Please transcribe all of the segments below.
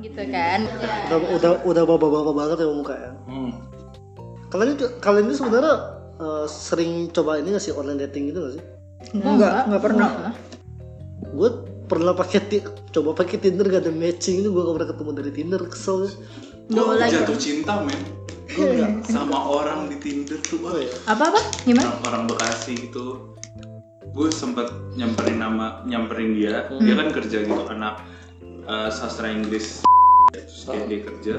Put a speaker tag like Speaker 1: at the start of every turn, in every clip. Speaker 1: gitu kan
Speaker 2: udah udah udah bapak-bapak banget ya muka ya
Speaker 3: Hmm.
Speaker 2: kalian itu kalian itu sebenarnya eh, sering coba ini nggak sih online dating gitu nggak sih
Speaker 4: Enggak, enggak pernah.
Speaker 2: gue pernah pakai ti- coba pakai tinder gak ada matching itu gue gak pernah ketemu dari tinder kesel
Speaker 3: Gua
Speaker 1: lagi.
Speaker 3: jatuh cinta men
Speaker 2: gue nggak
Speaker 3: sama orang di Tinder tuh
Speaker 2: oh
Speaker 3: gua
Speaker 2: ya
Speaker 1: apa apa gimana
Speaker 3: orang, orang Bekasi gitu. Gue sempet nyamperin nama nyamperin dia.
Speaker 1: Hmm.
Speaker 3: Dia kan kerja gitu anak eh, sastra Inggris. Terus dia, dia kerja.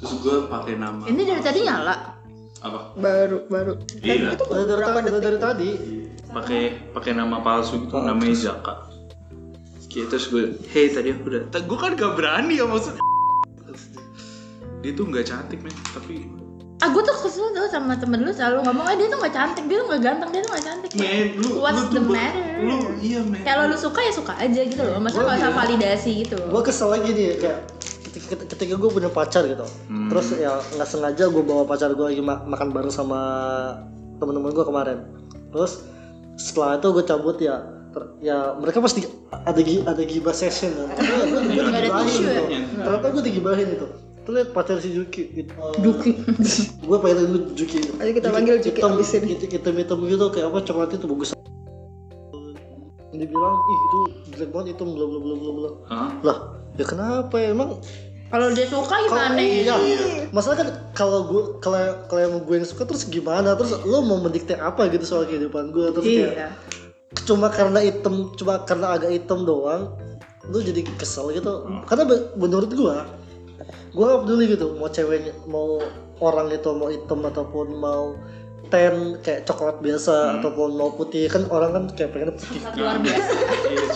Speaker 3: Terus gue pakai nama.
Speaker 1: ini dari tadi nyala
Speaker 3: Apa?
Speaker 4: Baru, baru. Kan
Speaker 3: Iya.
Speaker 4: Itu
Speaker 2: Udah dari,
Speaker 4: berapa
Speaker 2: tadi, udah
Speaker 4: detik?
Speaker 2: dari tadi
Speaker 3: pakai pakai nama palsu gitu namanya Zaka Oke, terus gue hey tadi aku udah Ta- gue kan gak berani ya maksud dia tuh nggak cantik men tapi
Speaker 1: ah gue tuh kesel tuh sama temen lu selalu ngomong ah dia tuh nggak cantik dia tuh nggak ganteng dia tuh nggak cantik
Speaker 3: men lu
Speaker 1: what's
Speaker 3: lu
Speaker 1: the
Speaker 3: tuh ba-
Speaker 1: matter
Speaker 3: lu iya men
Speaker 1: kalau lu suka ya suka aja gitu loh maksudnya
Speaker 2: Gua
Speaker 1: nggak usah
Speaker 2: bilang-
Speaker 1: validasi gitu
Speaker 2: gue kesel lagi nih kayak ketika, ketika gue punya pacar gitu
Speaker 3: Hmm.
Speaker 2: terus ya nggak sengaja gue bawa pacar gue lagi ma- makan bareng sama temen-temen gue kemarin terus setelah itu gue cabut ya ter- ya mereka pasti ada gi- ada gibah session kan ternyata gue
Speaker 3: Nggak ada
Speaker 2: digibahin
Speaker 1: tisu ya?
Speaker 2: gitu ternyata gue digibahin itu terus liat pacar si Juki gitu
Speaker 4: Duki.
Speaker 2: gue pengen dulu Juki gitu.
Speaker 4: Ayo kita panggil Juki
Speaker 2: hitam,
Speaker 4: abis ini.
Speaker 2: hitam, hitam, hitam gitu kayak apa coklat itu bagus dibilang ih itu jelek banget hitam bla bla bla bla bla
Speaker 3: Hah?
Speaker 2: lah ya kenapa ya? emang
Speaker 1: kalau dia suka gimana ya?
Speaker 2: iya. masalah kan kalau gue kalau kalau yang gue yang suka terus gimana terus lo mau mendikte apa gitu soal kehidupan gue terus kayak
Speaker 1: iya
Speaker 2: cuma karena hitam cuma karena agak hitam doang lo jadi kesel gitu karena be- menurut gue gue gak peduli gitu mau ceweknya mau orang itu mau hitam ataupun mau ten kayak coklat biasa ataupun mau putih kan orang kan kayak pengen putih
Speaker 1: luar biasa
Speaker 3: Iya,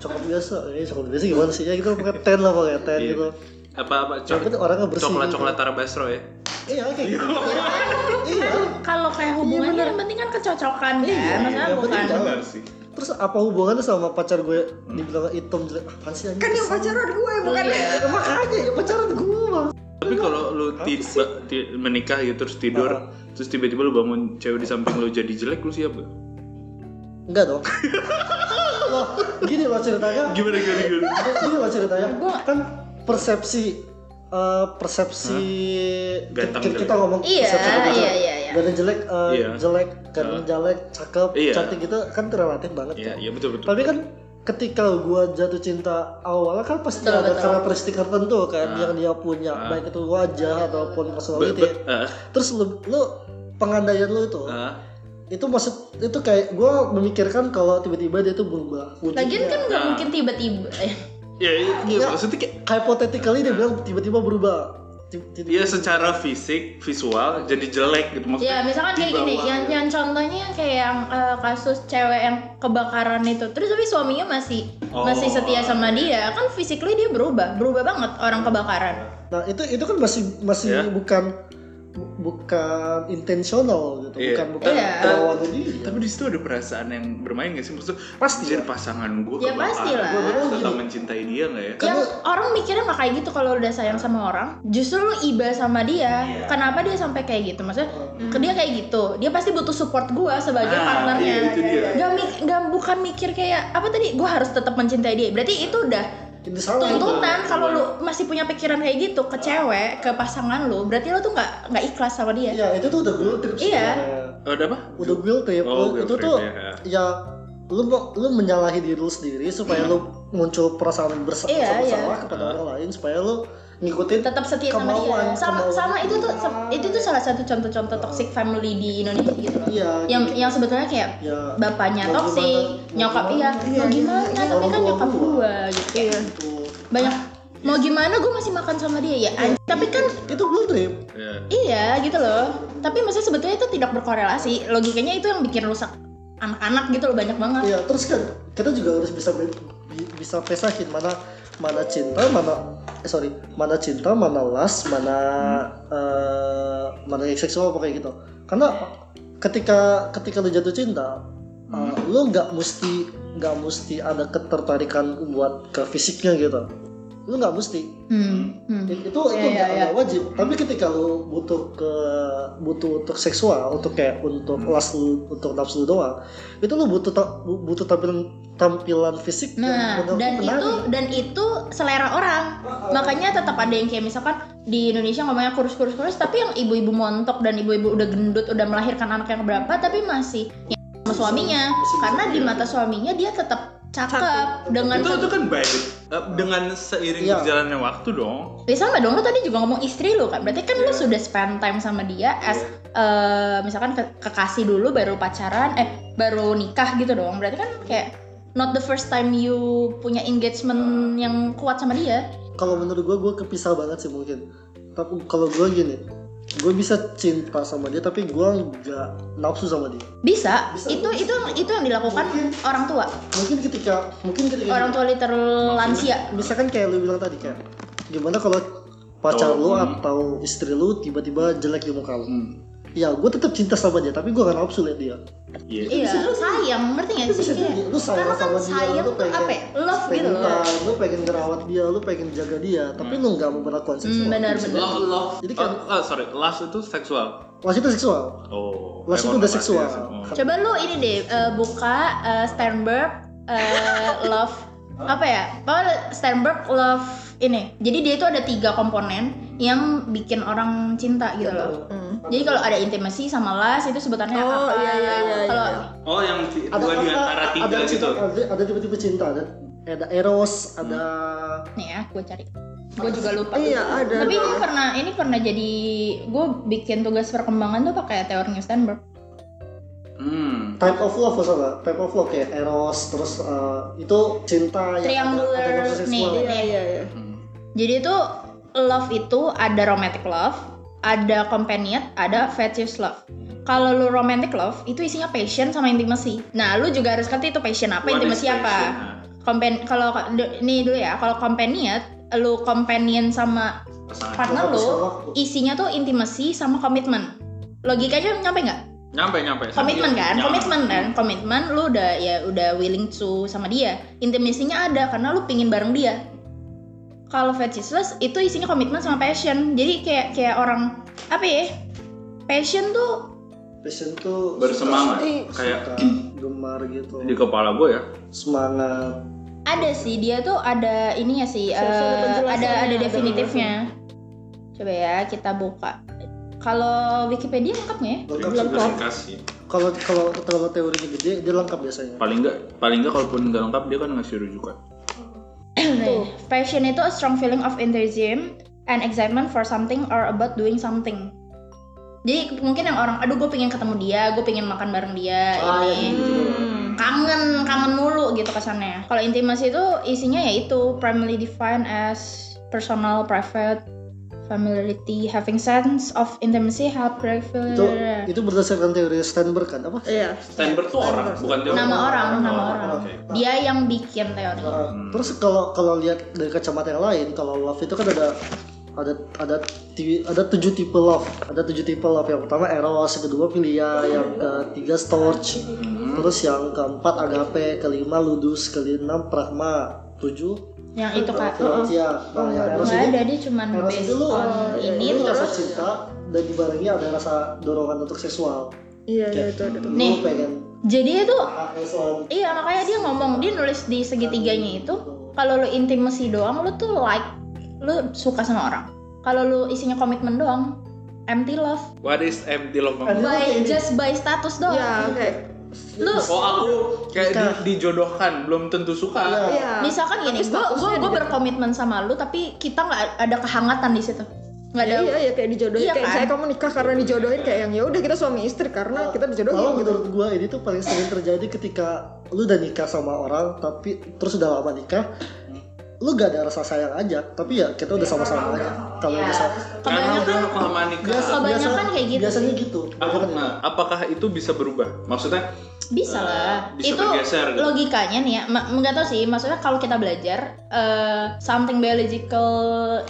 Speaker 2: coklat biasa ya coklat biasa gimana sih ya gitu pakai ten lah pakai ten
Speaker 3: Iya.
Speaker 2: gitu
Speaker 3: apa apa
Speaker 2: Yang penting orangnya bersih
Speaker 3: coklat
Speaker 2: gitu.
Speaker 3: coklat Tarbasro ya
Speaker 2: iya kayak gitu iya
Speaker 1: kalau kayak hubungan yang penting kan kecocokan kan maksudnya
Speaker 2: yang penting
Speaker 1: bukan
Speaker 2: jalan.
Speaker 3: benar sih
Speaker 2: Terus apa hubungannya sama pacar gue dibilang hitam jelek? Apaan sih anjing?
Speaker 4: Kan yang
Speaker 2: Kesel.
Speaker 4: pacaran gue, bukan
Speaker 1: Iya.
Speaker 2: Ya, makanya ya pacaran gue bang.
Speaker 3: tapi kalau lu ti- ba- ti- menikah gitu terus tidur
Speaker 2: Ah.
Speaker 3: terus tiba-tiba lu bangun cewek di samping lu jadi jelek lu siap gak?
Speaker 2: Enggak dong. loh, gini loh ceritanya.
Speaker 3: gimana gimana gimana
Speaker 2: Gini loh ceritanya.
Speaker 1: Gua-
Speaker 2: Kan persepsi eh, persepsi
Speaker 3: Ganteng
Speaker 2: kita, kita
Speaker 3: jelek.
Speaker 2: ngomong
Speaker 1: Iya,
Speaker 2: persepsi ganteng.
Speaker 1: iya, iya, iya.
Speaker 2: Ganteng jelek eh,
Speaker 3: Iya.
Speaker 2: jelek ganteng
Speaker 3: Ah.
Speaker 2: jelek cakep
Speaker 3: Iya.
Speaker 2: cantik gitu kan relatif banget
Speaker 3: iya
Speaker 2: tuh.
Speaker 3: iya betul betul
Speaker 2: Tapi kan ketika gua jatuh cinta awalnya kan pasti
Speaker 1: Betul,
Speaker 2: ada
Speaker 1: betul.
Speaker 2: karakteristik tertentu kan
Speaker 1: Ah.
Speaker 2: yang dia punya baik itu wajah ataupun
Speaker 3: Be-
Speaker 2: personality.
Speaker 3: Ah. be- ah,
Speaker 2: Terus lu, lu pengandaian lu itu
Speaker 3: ah.
Speaker 2: itu maksud itu kayak gua memikirkan kalau tiba-tiba dia tuh berubah.
Speaker 1: lagian kan nggak mungkin tiba-tiba eh,
Speaker 3: Ya, iya, iya,
Speaker 2: Ya.
Speaker 3: maksudnya kayak
Speaker 2: hypothetically dia bilang tiba-tiba berubah. Ti- ti-
Speaker 3: ya secara fisik visual jadi jelek gitu maksudnya.
Speaker 1: Ya misalkan
Speaker 3: di
Speaker 1: kayak gini,
Speaker 3: bawah. gitu.
Speaker 1: yang, yang contohnya kayak yang eh, kasus cewek yang kebakaran itu, terus tapi suaminya masih
Speaker 3: Oh.
Speaker 1: masih setia sama dia, kan physically dia berubah, berubah banget orang kebakaran.
Speaker 2: Nah, itu itu kan masih masih
Speaker 3: Iya.
Speaker 2: bukan bu- bukan intentional gitu,
Speaker 3: Iya.
Speaker 2: bukan bukan
Speaker 1: Iya.
Speaker 2: lawan dia.
Speaker 3: Tapi di situ ada perasaan yang bermain gak sih maksudnya? Pasti jadi pasangan gue
Speaker 1: Ya, pastilah. Gua
Speaker 2: bilang
Speaker 3: Tetap
Speaker 2: gini.
Speaker 3: mencintai dia nggak ya?
Speaker 1: Yang orang mikirnya nggak kayak gitu kalau udah sayang sama orang, justru lu iba sama dia.
Speaker 3: Iya.
Speaker 1: Kenapa dia sampai kayak gitu? Maksudnya
Speaker 2: Nah,
Speaker 1: ke dia kayak gitu, dia pasti butuh support gua sebagai
Speaker 3: Nah,
Speaker 1: partnernya.
Speaker 3: iya, itu dia.
Speaker 1: Gak, mik- gak- bukan mikir kayak apa tadi? Gua harus tetap mencintai dia. Berarti itu udah
Speaker 2: Ini salah itu.
Speaker 1: tuntutan kalau lu masih punya pikiran kayak gitu ke cewek ke pasangan lu berarti lu tuh nggak nggak ikhlas sama dia
Speaker 2: Iya, itu tuh udah guilt trip
Speaker 1: Iya.
Speaker 2: sebenarnya.
Speaker 3: Ada apa?
Speaker 2: udah guilt trip
Speaker 3: Oh,
Speaker 2: lu-
Speaker 3: guilt
Speaker 2: itu
Speaker 3: trip,
Speaker 2: tuh
Speaker 3: ya.
Speaker 2: ya lu mau- lu menyalahi diri lu sendiri supaya
Speaker 3: Iya.
Speaker 2: lu muncul perasaan bersa-
Speaker 1: Iya,
Speaker 2: bersalah
Speaker 1: iya.
Speaker 2: kepada orang lain supaya lu ngikutin
Speaker 1: tetap setia sama
Speaker 2: kemauan,
Speaker 1: dia sama
Speaker 2: kemauan.
Speaker 1: sama itu tuh se- itu tuh salah satu contoh-contoh toxic family di Indonesia gitu loh
Speaker 2: Iya,
Speaker 1: yang iya.
Speaker 2: gitu.
Speaker 1: yang sebetulnya kayak
Speaker 2: ya
Speaker 1: bapaknya
Speaker 2: mau
Speaker 1: toxic
Speaker 2: gimana, mau
Speaker 1: nyokap iya mau gimana tapi kan
Speaker 2: Orang tua
Speaker 1: nyokap
Speaker 2: gua.
Speaker 1: gua gitu ya
Speaker 2: Gitu.
Speaker 1: banyak mau gimana gua masih makan sama dia ya anj-
Speaker 2: Iya.
Speaker 1: tapi kan
Speaker 2: itu guilt trip
Speaker 3: Ya.
Speaker 1: Iya gitu loh. Tapi maksudnya sebetulnya itu tidak berkorelasi. Logikanya itu yang bikin rusak anak-anak gitu loh banyak banget.
Speaker 2: Iya, terus kan kita juga harus bisa be- bi- bisa pesahin mana mana cinta, mana eh, sorry, mana cinta, mana las, mana eh, mana seksual pokoknya gitu. Karena ketika ketika lu jatuh cinta, eh, lu nggak mesti nggak mesti ada ketertarikan buat ke fisiknya gitu. lu nggak mesti
Speaker 1: Hmm. hmm.
Speaker 2: itu itu
Speaker 4: Iya, iya,
Speaker 2: nggak
Speaker 4: iya.
Speaker 2: nggak wajib tapi ketika lu butuh ke butuh untuk seksual untuk kayak untuk kelas lu untuk nafsu lu doang itu lu butuh ta- bu- butuh tampilan tampilan fisik
Speaker 3: Iya,
Speaker 1: Nah,
Speaker 2: benar-
Speaker 1: dan
Speaker 2: menarik.
Speaker 1: itu dan itu selera orang. Makanya tetap ada yang kayak misalkan di Indonesia ngomongnya kurus kurus kurus, tapi yang ibu-ibu montok dan ibu-ibu udah gendut, udah melahirkan anak yang berapa, tapi masih ya, sama suaminya.
Speaker 2: Masih bisa,
Speaker 1: Karena di
Speaker 3: iya.
Speaker 1: mata suaminya dia tetap cakep dengan
Speaker 3: itu itu kan baik Eh, dengan seiring
Speaker 2: Iya.
Speaker 3: berjalannya waktu dong
Speaker 1: Ya sama dong, lo tadi juga ngomong istri lo kan, berarti kan
Speaker 3: Iya.
Speaker 1: lo sudah spend time sama dia as eh, misalkan ke- kekasih dulu, baru pacaran, eh baru nikah gitu dong, berarti kan kayak not the first time you punya engagement yang kuat sama dia.
Speaker 2: kalau menurut gua gua kepisah banget sih mungkin tapi kalau gua gini gua bisa cinta sama dia tapi gua nggak nafsu sama dia
Speaker 1: Bisa,
Speaker 2: Bisa,
Speaker 1: itu
Speaker 2: bisa.
Speaker 1: itu itu yang dilakukan
Speaker 4: Iya.
Speaker 2: Mungkin.
Speaker 1: orang tua,
Speaker 2: mungkin ketika mungkin ketika
Speaker 1: orang tua literal lansia.
Speaker 2: misalkan kayak lu bilang tadi kayak gimana kalau pacar lu
Speaker 3: Tolong.
Speaker 2: atau istri lu tiba-tiba jelek di muka lu
Speaker 3: Hmm.
Speaker 2: ya gue tetap cinta sama dia tapi gue gak nafsu liat dia
Speaker 3: Iya.
Speaker 1: Iya, sayang, ngerti gak
Speaker 2: Itu
Speaker 1: Iya sih?
Speaker 2: bisa
Speaker 1: Kayak-
Speaker 2: jadi, lu sayang
Speaker 1: Karena kan
Speaker 2: sama dia,
Speaker 1: sayang
Speaker 2: lu
Speaker 1: tuh
Speaker 2: pengen-
Speaker 1: apa ya? Love gitu
Speaker 2: pengen
Speaker 1: loh.
Speaker 2: nah, lu pengen ngerawat dia lu pengen jaga dia tapi lu gak mau berlakuan seksual
Speaker 1: Hmm, benar,
Speaker 2: Bisa.
Speaker 1: benar.
Speaker 3: love love
Speaker 2: Jadi
Speaker 3: jadi
Speaker 2: kayak-
Speaker 3: sorry love itu seksual
Speaker 2: was itu seksual
Speaker 3: oh
Speaker 2: Was itu
Speaker 3: emang
Speaker 2: udah
Speaker 3: pasti
Speaker 2: seksual.
Speaker 1: Coba lu ini deh eh, buka eh, Sternberg eh, love apa ya? Apa Sternberg love ini. Jadi dia itu ada tiga komponen yang bikin orang cinta gitu loh.
Speaker 4: Hmm.
Speaker 1: Jadi kalau ada intimasi sama las itu sebutannya
Speaker 4: Oh,
Speaker 1: apa?
Speaker 4: iya, iya, iya,
Speaker 1: kalau
Speaker 4: iya.
Speaker 3: oh yang ti-
Speaker 2: ada
Speaker 3: dua di
Speaker 2: ada-
Speaker 3: antara tiga
Speaker 2: ada,
Speaker 3: gitu
Speaker 2: cinta- ada, ada tipe-tipe cinta ada ada eros ada
Speaker 1: nih ya, gue cari. Gue juga lupa.
Speaker 4: Iya ada.
Speaker 1: Tapi gue pernah ini pernah jadi gue bikin tugas perkembangan tuh pakai teorinya Sternberg.
Speaker 3: hmm
Speaker 2: type of love sama type of love kayak eros terus eh, itu cinta yang ada, ada
Speaker 1: Triangular
Speaker 2: nafsu seksual
Speaker 1: nih.
Speaker 4: Iya iya iya.
Speaker 3: Hmm.
Speaker 1: Jadi itu love itu ada romantic love, ada companion, ada fetish love. Kalau lu romantic love itu isinya passion sama intimacy. Nah, lu juga harus ngerti itu passion apa,
Speaker 3: One
Speaker 1: intimacy
Speaker 3: is
Speaker 1: apa.
Speaker 3: passion, nah.
Speaker 1: Compan kalau ini dulu ya, kalau companion lu companion sama
Speaker 3: pasangan
Speaker 1: partner
Speaker 2: Nafsu
Speaker 1: lu
Speaker 2: waktu.
Speaker 1: isinya tuh intimacy sama komitmen. Logikanya nyampe nggak?
Speaker 3: nyampe nyampe
Speaker 1: komitmen kan
Speaker 3: Nyampe.
Speaker 1: komitmen kan
Speaker 3: iya.
Speaker 1: komitmen lu udah ya udah willing to sama dia intimisinya ada karena lu pingin bareng dia kalau fetishless itu isinya komitmen sama passion jadi kayak kayak orang apa ya passion tuh
Speaker 2: passion tuh
Speaker 3: bersemangat Iya.
Speaker 4: Ih,
Speaker 2: suka-
Speaker 3: kayak
Speaker 2: suka gemar gitu
Speaker 3: di kepala gue ya
Speaker 2: semangat
Speaker 1: ada sih dia tuh ada ininya sih
Speaker 4: Harus ada
Speaker 1: eh, ada
Speaker 4: penjelasannya,
Speaker 1: ada
Speaker 4: ada
Speaker 1: definitifnya coba ya kita buka kalau Wikipedia lengkap nggak ya
Speaker 2: lengkap
Speaker 3: Jadi
Speaker 2: lengkap
Speaker 3: bisa kasih
Speaker 2: kalau kalau kalau teorinya gede dia lengkap biasanya
Speaker 3: paling nggak paling nggak kalaupun nggak lengkap dia kan ngasih rujukan
Speaker 2: Iya.
Speaker 1: Nih, Passion itu a strong feeling of enthusiasm and excitement for something or about doing something. Jadi mungkin yang orang, aduh gue pengen ketemu dia, gue pengen makan bareng dia,
Speaker 2: Ah, ya,
Speaker 1: ini
Speaker 2: gitu.
Speaker 1: Hmm. kangen kangen mulu gitu kesannya. Kalau intimasi itu isinya yaitu primarily defined as personal, private, familiarity, having sense of intimacy, help create
Speaker 3: iya,
Speaker 1: feel-
Speaker 2: itu itu berdasarkan teori Sternberg kan apa
Speaker 4: Iya.
Speaker 3: Steinberg tuh orang bukan dia
Speaker 1: Nama orang, nama
Speaker 3: Oh,
Speaker 1: orang.
Speaker 3: oke. Hmm.
Speaker 1: Dia yang bikin teori.
Speaker 2: Nah, terus kalau kalau lihat dari kacamata yang lain kalau love itu kan ada ada ada ti- ada tujuh tipe love ada tujuh tipe love yang pertama eros yang kedua filia yang ketiga storge
Speaker 3: Hmm.
Speaker 2: terus yang keempat agape kelima ludus keenam pragma tujuh
Speaker 1: Yang itu kan.
Speaker 2: filantia nah yang eros
Speaker 1: Nggak
Speaker 2: ini eh,
Speaker 1: ada, dia cuman
Speaker 2: Eros
Speaker 1: based
Speaker 2: itu lu
Speaker 1: on eh, ini
Speaker 2: lu rasa
Speaker 1: terus
Speaker 2: cinta dan dibarengi ada rasa dorongan untuk seksual.
Speaker 4: Iya iya itu ada.
Speaker 2: Lu
Speaker 1: Nih.
Speaker 2: pengen
Speaker 1: jadi itu
Speaker 2: HS orang
Speaker 1: Iya makanya dia ngomong dia nulis di segitiganya itu kalau lu intimacy doang lu tuh like lu suka sama orang. Kalau lu isinya komitmen doang empty love
Speaker 3: what is empty love
Speaker 2: Ada
Speaker 1: by
Speaker 2: kayak
Speaker 1: just by status doang.
Speaker 4: gitu. Iya oke.
Speaker 1: Lu
Speaker 3: oh aku kayak di- dijodohkan belum tentu suka
Speaker 2: Iya.
Speaker 4: Iya.
Speaker 1: misalkan gini,
Speaker 4: Tapi
Speaker 1: gua gua,
Speaker 4: statusnya
Speaker 1: gua
Speaker 4: di-
Speaker 1: berkomitmen sama lu tapi kita nggak ada kehangatan di situ. Nggak ada.
Speaker 4: Iya iya kayak dijodohin
Speaker 1: Iya,
Speaker 4: kayak
Speaker 1: kan?
Speaker 4: saya kamu nikah karena dijodohin kayak yang ya udah kita suami istri
Speaker 1: Oh.
Speaker 4: karena kita
Speaker 2: Kalau
Speaker 3: Oh.
Speaker 4: dijodohin gitu.
Speaker 2: menurut gua ini tuh paling sering terjadi ketika lu udah nikah sama orang tapi terus udah lama nikah lu gak ada rasa sayang aja tapi ya kita udah sama-sama aja
Speaker 1: Iya.
Speaker 2: kalau udah sama
Speaker 3: karena udah
Speaker 1: Kebanyakan
Speaker 3: kelamaan
Speaker 2: Iya,
Speaker 3: nikah
Speaker 1: Kebanyakan kayak gitu
Speaker 2: biasanya
Speaker 1: sih.
Speaker 2: gitu
Speaker 3: Apa- nah, apakah itu bisa berubah maksudnya
Speaker 1: bisa
Speaker 3: Eh,
Speaker 1: lah.
Speaker 3: bisa
Speaker 1: itu
Speaker 3: bergeser gitu.
Speaker 1: logikanya nih ya, ma- nggak tahu sih. Maksudnya kalau kita belajar eh, something biological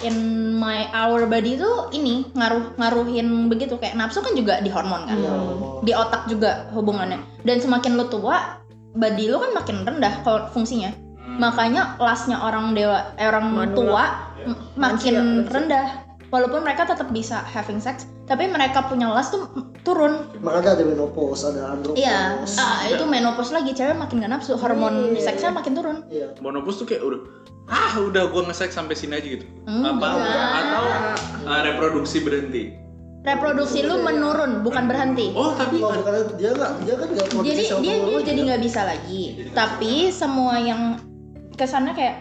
Speaker 1: in my our body itu ini ngaruh ngaruhin begitu kayak nafsu kan juga di hormon kan,
Speaker 2: Iya,
Speaker 1: di otak juga hubungannya. Dan semakin lu tua, body lu kan makin rendah kalau fungsinya.
Speaker 3: Hmm.
Speaker 1: makanya kelasnya orang dewa eh, orang
Speaker 4: Manula.
Speaker 1: tua
Speaker 3: Ya.
Speaker 1: m- makin
Speaker 4: Lansia, lansia.
Speaker 1: rendah walaupun mereka tetap bisa having sex tapi mereka punya las tuh m- turun
Speaker 2: makanya ada menopause ada andropause
Speaker 1: iya ah, itu menopause lagi cewek makin gak nafsu hormon
Speaker 4: Iya.
Speaker 1: seksnya makin turun
Speaker 2: Iya.
Speaker 3: monopus tuh kayak udah ah udah gua ngesek sampai sini aja gitu
Speaker 1: Hmm,
Speaker 3: apa
Speaker 1: enggak.
Speaker 3: atau uh, reproduksi berhenti
Speaker 1: reproduksi lu menurun bukan berhenti
Speaker 3: oh tapi
Speaker 2: Wah, Iya, makanya dia nggak dia kan nggak produksi
Speaker 1: jadi
Speaker 2: sama
Speaker 1: dia dia
Speaker 2: hormon,
Speaker 1: jadi
Speaker 2: ya.
Speaker 1: nggak bisa lagi tapi semua yang kesannya kayak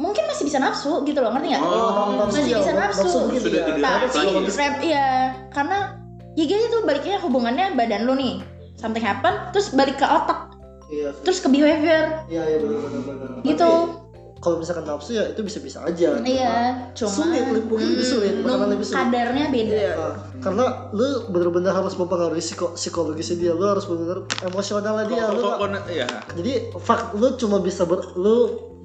Speaker 1: mungkin masih bisa nafsu gitu loh ngerti nggak
Speaker 3: Oh, Iya,
Speaker 1: masih
Speaker 2: ya,
Speaker 1: bisa nafsu.
Speaker 2: begitu
Speaker 3: Sudah
Speaker 2: ya.
Speaker 3: tidak
Speaker 1: tapi
Speaker 3: Tapi-
Speaker 1: rap ya karena ya gitu tuh baliknya hubungannya badan lu nih something happen terus balik ke otak
Speaker 2: Iya,
Speaker 1: terus ke behavior
Speaker 2: iya, iya benar benar benar.
Speaker 1: gitu
Speaker 2: Tapi, Kalau misalkan nafsu ya itu bisa-bisa aja.
Speaker 1: iya cuma
Speaker 2: Sulit, mungkin lebih sulit, makanan lebih sulit.
Speaker 1: kadarnya beda
Speaker 4: Iya.
Speaker 2: Nah, karena lu bener-bener harus mempengaruhi psiko psikologisnya dia, lu harus bener-bener emosionalnya dia. Lu nggak-
Speaker 3: Kokon, ya.
Speaker 2: jadi fak lu cuma bisa ber, lu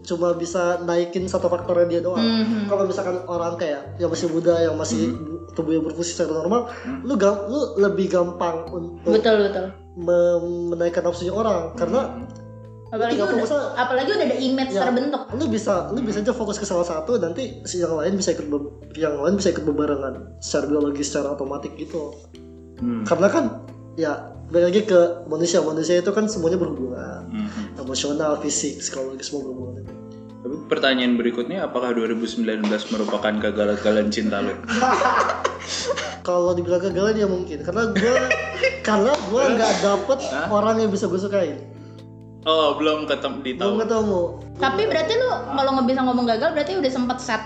Speaker 2: cuma bisa naikin satu faktornya dia doang.
Speaker 1: Mhm.
Speaker 2: Kalau misalkan orang kayak yang masih muda, yang masih
Speaker 1: Hmm.
Speaker 2: tubuh yang berfungsi secara normal, lu gam, lu lebih gampang untuk
Speaker 1: betul betul
Speaker 2: me- menaikkan nafsunya orang karena
Speaker 1: Hmm. apalagi
Speaker 2: Tinggal
Speaker 1: udah,
Speaker 2: fokusnya-
Speaker 1: apalagi udah ada image
Speaker 2: Ya.
Speaker 1: terbentuk
Speaker 2: lu bisa lu bisa aja fokus ke salah satu nanti si yang lain bisa ikut be- yang lain bisa ikut bebarengan secara biologi secara otomatis gitu
Speaker 3: Hmm.
Speaker 2: karena kan ya balik lagi ke manusia manusia itu kan semuanya berhubungan
Speaker 3: Hmm.
Speaker 2: emosional fisik psikologis semua berhubungan
Speaker 3: Tapi pertanyaan berikutnya apakah 2019 merupakan kegagalan cinta lu?
Speaker 2: kalau dibilang kegagalan ya mungkin karena gua karena gua nggak dapet
Speaker 3: Hah?
Speaker 2: orang yang bisa gue sukain
Speaker 3: Oh, belum ketemu di
Speaker 2: belum ketemu
Speaker 1: tapi berarti lu kalau nggak bisa ngomong gagal berarti udah sempet set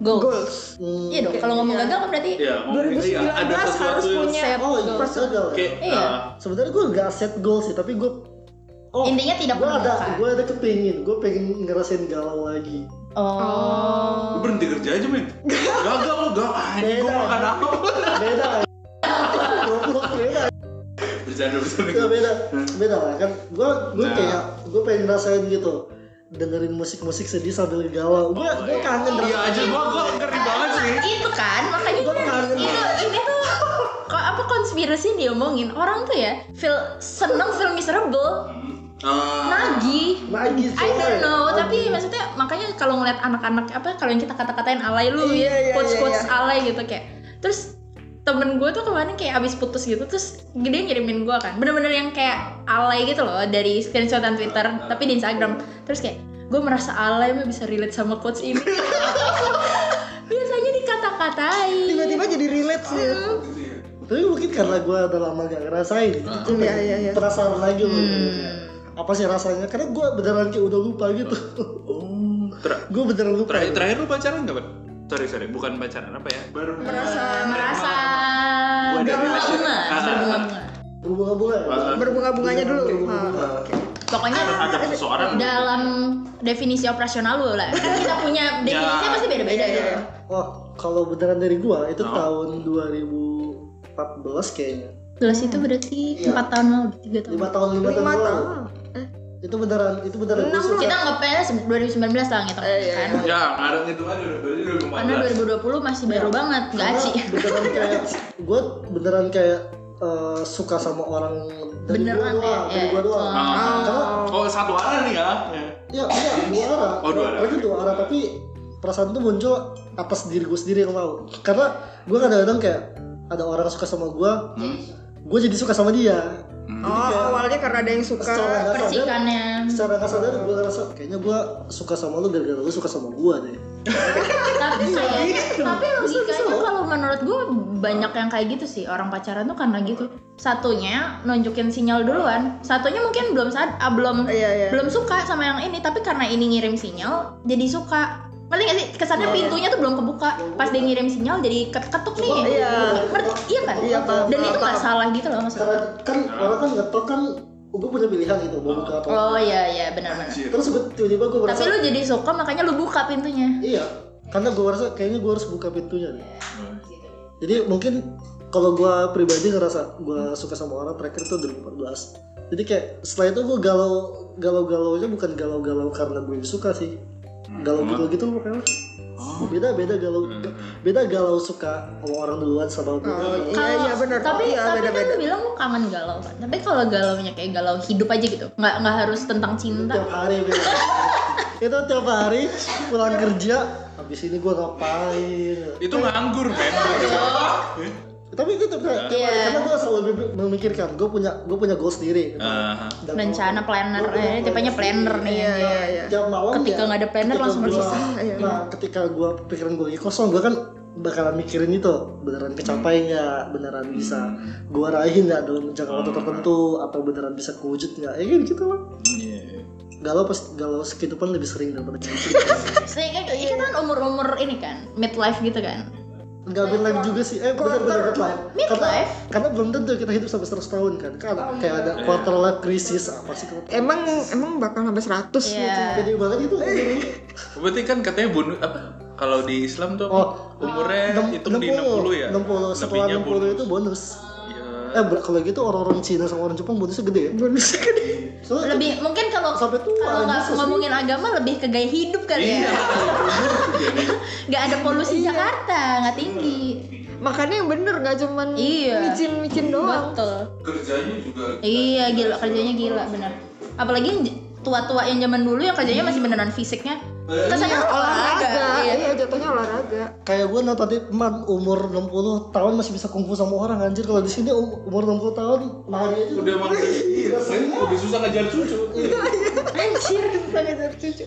Speaker 1: goal
Speaker 4: Goals.
Speaker 2: Hmm,
Speaker 1: iya dong kalau ngomong gagal kan berarti
Speaker 3: Iya, mungkin
Speaker 4: 2019
Speaker 3: iya, ada
Speaker 4: harus
Speaker 3: sesuatu yang
Speaker 4: punya
Speaker 1: set
Speaker 2: oh iya
Speaker 1: goal.
Speaker 2: gagal ya.
Speaker 3: kayak
Speaker 1: Iya.
Speaker 3: ah,
Speaker 2: sebenarnya gue nggak set goal sih tapi gue oh
Speaker 1: intinya tidak
Speaker 2: gue ada
Speaker 1: menemukan.
Speaker 2: gue ada kepingin gue pengen ngerasain galau lagi
Speaker 1: oh
Speaker 3: lu berhenti kerja aja, men. Gagal lu, gagal. Anjing, gua
Speaker 2: Beda.
Speaker 3: makan apa?
Speaker 2: beda Goblok, beda
Speaker 3: Bercanda
Speaker 2: Nggak,
Speaker 3: bercanda.
Speaker 2: beda beda lah kan gue gue
Speaker 3: Nah.
Speaker 2: kayak gue pengen ngerasain gitu dengerin musik-musik sedih sambil galau gue gue kangen
Speaker 3: Iya
Speaker 2: rasanya.
Speaker 3: aja gua gua ngeri banget sih.
Speaker 1: itu kan makanya
Speaker 2: Gua kangen.
Speaker 1: itu ini tuh kok apa konspirasi yang diomongin orang tuh ya feel seneng feel miserable
Speaker 3: Ah.
Speaker 1: lagi
Speaker 2: Nagih,
Speaker 1: I
Speaker 2: coy.
Speaker 1: don't know tapi
Speaker 2: Nagih.
Speaker 1: maksudnya makanya kalau ngeliat anak-anak apa kalau yang kita kata-katain alay lu
Speaker 4: Iya, iya,
Speaker 1: ya quotes quotes
Speaker 4: iya,
Speaker 1: alay gitu kayak terus temen gue tuh kemarin kayak abis putus gitu terus dia ngirimin gue kan bener-bener yang kayak alay gitu loh dari screenshotan Twitter
Speaker 4: Ah,
Speaker 1: tapi di Instagram terus kayak gue merasa alay gue bisa relate sama quotes ini biasanya dikata-katain
Speaker 4: Tiba-tiba jadi relate sih.
Speaker 3: Gitu ya.
Speaker 2: tapi mungkin karena gue udah lama gak ngerasain jadi
Speaker 3: Ah.
Speaker 2: gue
Speaker 4: Mm-hmm. Iya,
Speaker 2: pengen
Speaker 4: iya, iya. Mm.
Speaker 2: penasaran lagi loh
Speaker 1: Hmm.
Speaker 2: apa sih rasanya karena gue beneran kayak udah lupa gitu
Speaker 3: Oh, ter-
Speaker 2: gue beneran lupa
Speaker 3: terakhir terakhir lu pacaran enggak, Bang? Sorry, sorry, bukan pacaran apa ya? Baru
Speaker 4: Merasa
Speaker 1: merasa
Speaker 3: Gua ada relation.
Speaker 1: berbunga-bunga berbunga-bunga.
Speaker 3: Ah.
Speaker 2: berbunga-bunga ya?
Speaker 3: Ah.
Speaker 4: berbunga-bunganya dulu.
Speaker 2: Berbunga-bunga.
Speaker 4: Ah, oke.
Speaker 1: pokoknya
Speaker 3: ada
Speaker 4: Hmm.
Speaker 3: seseorang
Speaker 1: dalam definisi operasional lu lah Kan kita punya definisinya pasti beda-beda
Speaker 4: Ya. Iya,
Speaker 1: gitu
Speaker 4: iya.
Speaker 2: Oh, kalau beneran dari gua itu
Speaker 3: Oh.
Speaker 2: tahun 2014 kayaknya.
Speaker 1: Gelas itu berarti
Speaker 2: Iya.
Speaker 1: empat tahun lalu tiga tahun
Speaker 2: Lima tahun, lima tahun.
Speaker 4: Lima
Speaker 2: lalu.
Speaker 4: tahun.
Speaker 2: Itu beneran, itu beneran.
Speaker 4: Enam
Speaker 2: Gua suka.
Speaker 1: kita anggapnya se- 2019 lah gitu
Speaker 4: Eh, iya,
Speaker 1: kan
Speaker 3: Ya, ngarang itu aja udah berarti udah
Speaker 1: karena 2020 masih
Speaker 4: Iya.
Speaker 1: baru banget gak
Speaker 2: Karena
Speaker 1: aci
Speaker 2: Beneran kayak gua beneran kayak eh, suka sama orang dari
Speaker 1: Beneran
Speaker 2: gua doang,
Speaker 1: ya,
Speaker 2: dari
Speaker 1: ya.
Speaker 2: gua doang.
Speaker 4: Ah.
Speaker 1: Oh.
Speaker 2: Karena
Speaker 3: Oh, satu arah nih ya. Ya.
Speaker 2: ya, iya, dua arah.
Speaker 3: Oh, dua arah.
Speaker 2: Lagi dua arah tapi perasaan tuh muncul atas diri gua sendiri yang mau. Karena gua kadang-kadang kayak ada orang suka sama gua,
Speaker 3: Hmm.
Speaker 2: gua jadi suka sama dia.
Speaker 4: Oh, awalnya karena ada yang suka.
Speaker 2: Secara nggak sadar,
Speaker 1: percikannya
Speaker 2: secara nggak sadar gue ngerasa kayaknya gue suka sama lu gara-gara lu suka sama gue deh
Speaker 1: tapi saya tapi logikanya
Speaker 2: Kesel.
Speaker 1: kalau menurut gue banyak yang kayak gitu sih orang pacaran tuh karena gitu satunya nunjukin sinyal duluan satunya mungkin belum sad ah, belum
Speaker 4: Iya, iya.
Speaker 1: belum suka sama yang ini tapi karena ini ngirim sinyal jadi suka ngerti gak sih kesannya pintunya tuh belum kebuka pas dia ngirim sinyal jadi ketuk
Speaker 2: Oh,
Speaker 1: nih
Speaker 4: Iya.
Speaker 1: ngerti iya kan
Speaker 4: Iya, paham,
Speaker 1: dan
Speaker 4: paham,
Speaker 1: itu nggak
Speaker 4: paham.
Speaker 1: salah gitu loh maksudnya
Speaker 2: karena kan orang kan ngetok kan gue punya pilihan gitu mau buka atau
Speaker 1: oh iya iya benar-benar
Speaker 3: Anjir.
Speaker 2: terus gue tiba-tiba gue
Speaker 1: tapi
Speaker 2: merasa
Speaker 1: lu jadi suka makanya lu buka pintunya
Speaker 2: iya karena gue merasa kayaknya gue harus buka pintunya deh jadi mungkin kalau gue pribadi ngerasa gue suka sama orang terakhir tuh 2014 jadi kayak setelah itu gue galau galau galaunya bukan galau galau karena gue suka sih galau gitu gitu makanya beda beda galau beda galau suka sama orang duluan sama gue
Speaker 4: Oh, iya,
Speaker 1: Kalau-
Speaker 4: iya benar.
Speaker 1: tapi
Speaker 4: iya,
Speaker 1: tapi kan
Speaker 4: beda-beda.
Speaker 1: lu bilang lu kangen galau kan tapi kalau galaunya kayak galau hidup aja gitu nggak nggak harus tentang cinta
Speaker 2: tiap hari beda itu tiap hari pulang kerja habis ini gue ngapain
Speaker 3: Itu nganggur men.
Speaker 1: Oh.
Speaker 3: Eh,
Speaker 2: tapi itu tiap tiap hari
Speaker 1: Iya.
Speaker 2: karena gue selalu lebih memikirkan gue punya gue punya goal sendiri
Speaker 3: Ah,
Speaker 2: Dan
Speaker 1: rencana planner
Speaker 2: Gua punya
Speaker 1: eh tipenya planner nih
Speaker 4: Iya,
Speaker 1: anjing.
Speaker 4: iya, iya.
Speaker 2: tiap malam
Speaker 1: Ketika nggak ada planner
Speaker 2: ketika
Speaker 1: langsung Ah,
Speaker 2: gua-
Speaker 1: tersesat,
Speaker 4: iya.
Speaker 2: nah ketika gue pikiran gue lagi kosong gue kan bakalan mikirin itu beneran kecapai
Speaker 1: Hmm.
Speaker 2: nggak beneran bisa gue raihin nggak dalam jangka waktu tertentu atau beneran bisa kewujud nggak ya kan gitu lah
Speaker 3: iya.
Speaker 2: galau pas galau sekehidupan lebih sering daripada kehidupan
Speaker 1: Saya kan ini kan umur-umur ini kan midlife gitu kan.
Speaker 2: nggak midlife juga sih eh bener bener midlife karena,
Speaker 1: Midlife?
Speaker 2: karena belum tentu kita hidup sampai 100 tahun kan kan ada- kayak ada
Speaker 3: Iya.
Speaker 2: quarter life crisis apa sih kalau
Speaker 4: Emang emang bakal sampai 100 gitu.
Speaker 1: Iya.
Speaker 2: jadi banget
Speaker 3: Eh,
Speaker 2: itu
Speaker 3: Berarti kan katanya bunuh apa? Kalau di Islam tuh apa?
Speaker 2: Oh.
Speaker 3: umurnya hitung di 60 ya.
Speaker 2: 60 setelah 60
Speaker 3: Lebihnya
Speaker 2: itu
Speaker 3: bonus.
Speaker 2: bonus
Speaker 3: Iya.
Speaker 2: eh ber- kalau gitu orang-orang Cina sama orang Jepang bonusnya gede ya
Speaker 4: Bonus gede.
Speaker 2: soalnya
Speaker 1: Lebih mungkin kalau
Speaker 2: Sampai tua,
Speaker 1: kalau nggak
Speaker 2: anjing,
Speaker 1: ngomongin agama lebih ke gaya hidup kali
Speaker 3: Iya.
Speaker 1: ya. Nggak ada polusi Jakarta, nggak tinggi.
Speaker 4: Makanya yang bener nggak cuman
Speaker 1: Iya.
Speaker 4: micin-micin doang.
Speaker 1: Betul.
Speaker 3: Kerjanya juga
Speaker 1: Iya gila kerjanya gila bener. Apalagi yang j- tua-tua yang zaman dulu yang kerjanya masih beneran fisiknya. Kita
Speaker 4: Iya,
Speaker 1: saya
Speaker 4: olahraga.
Speaker 1: olahraga.
Speaker 4: Iya,
Speaker 1: Iya.
Speaker 4: jatuhnya olahraga.
Speaker 2: kayak gue nonton tadi man umur 60 tahun masih bisa kungfu sama orang anjir kalau di sini um- umur 60 tahun ya. lari aja
Speaker 3: udah emang Iya, lebih susah ngajar cucu.
Speaker 1: Anjir.
Speaker 4: Belajar cucu.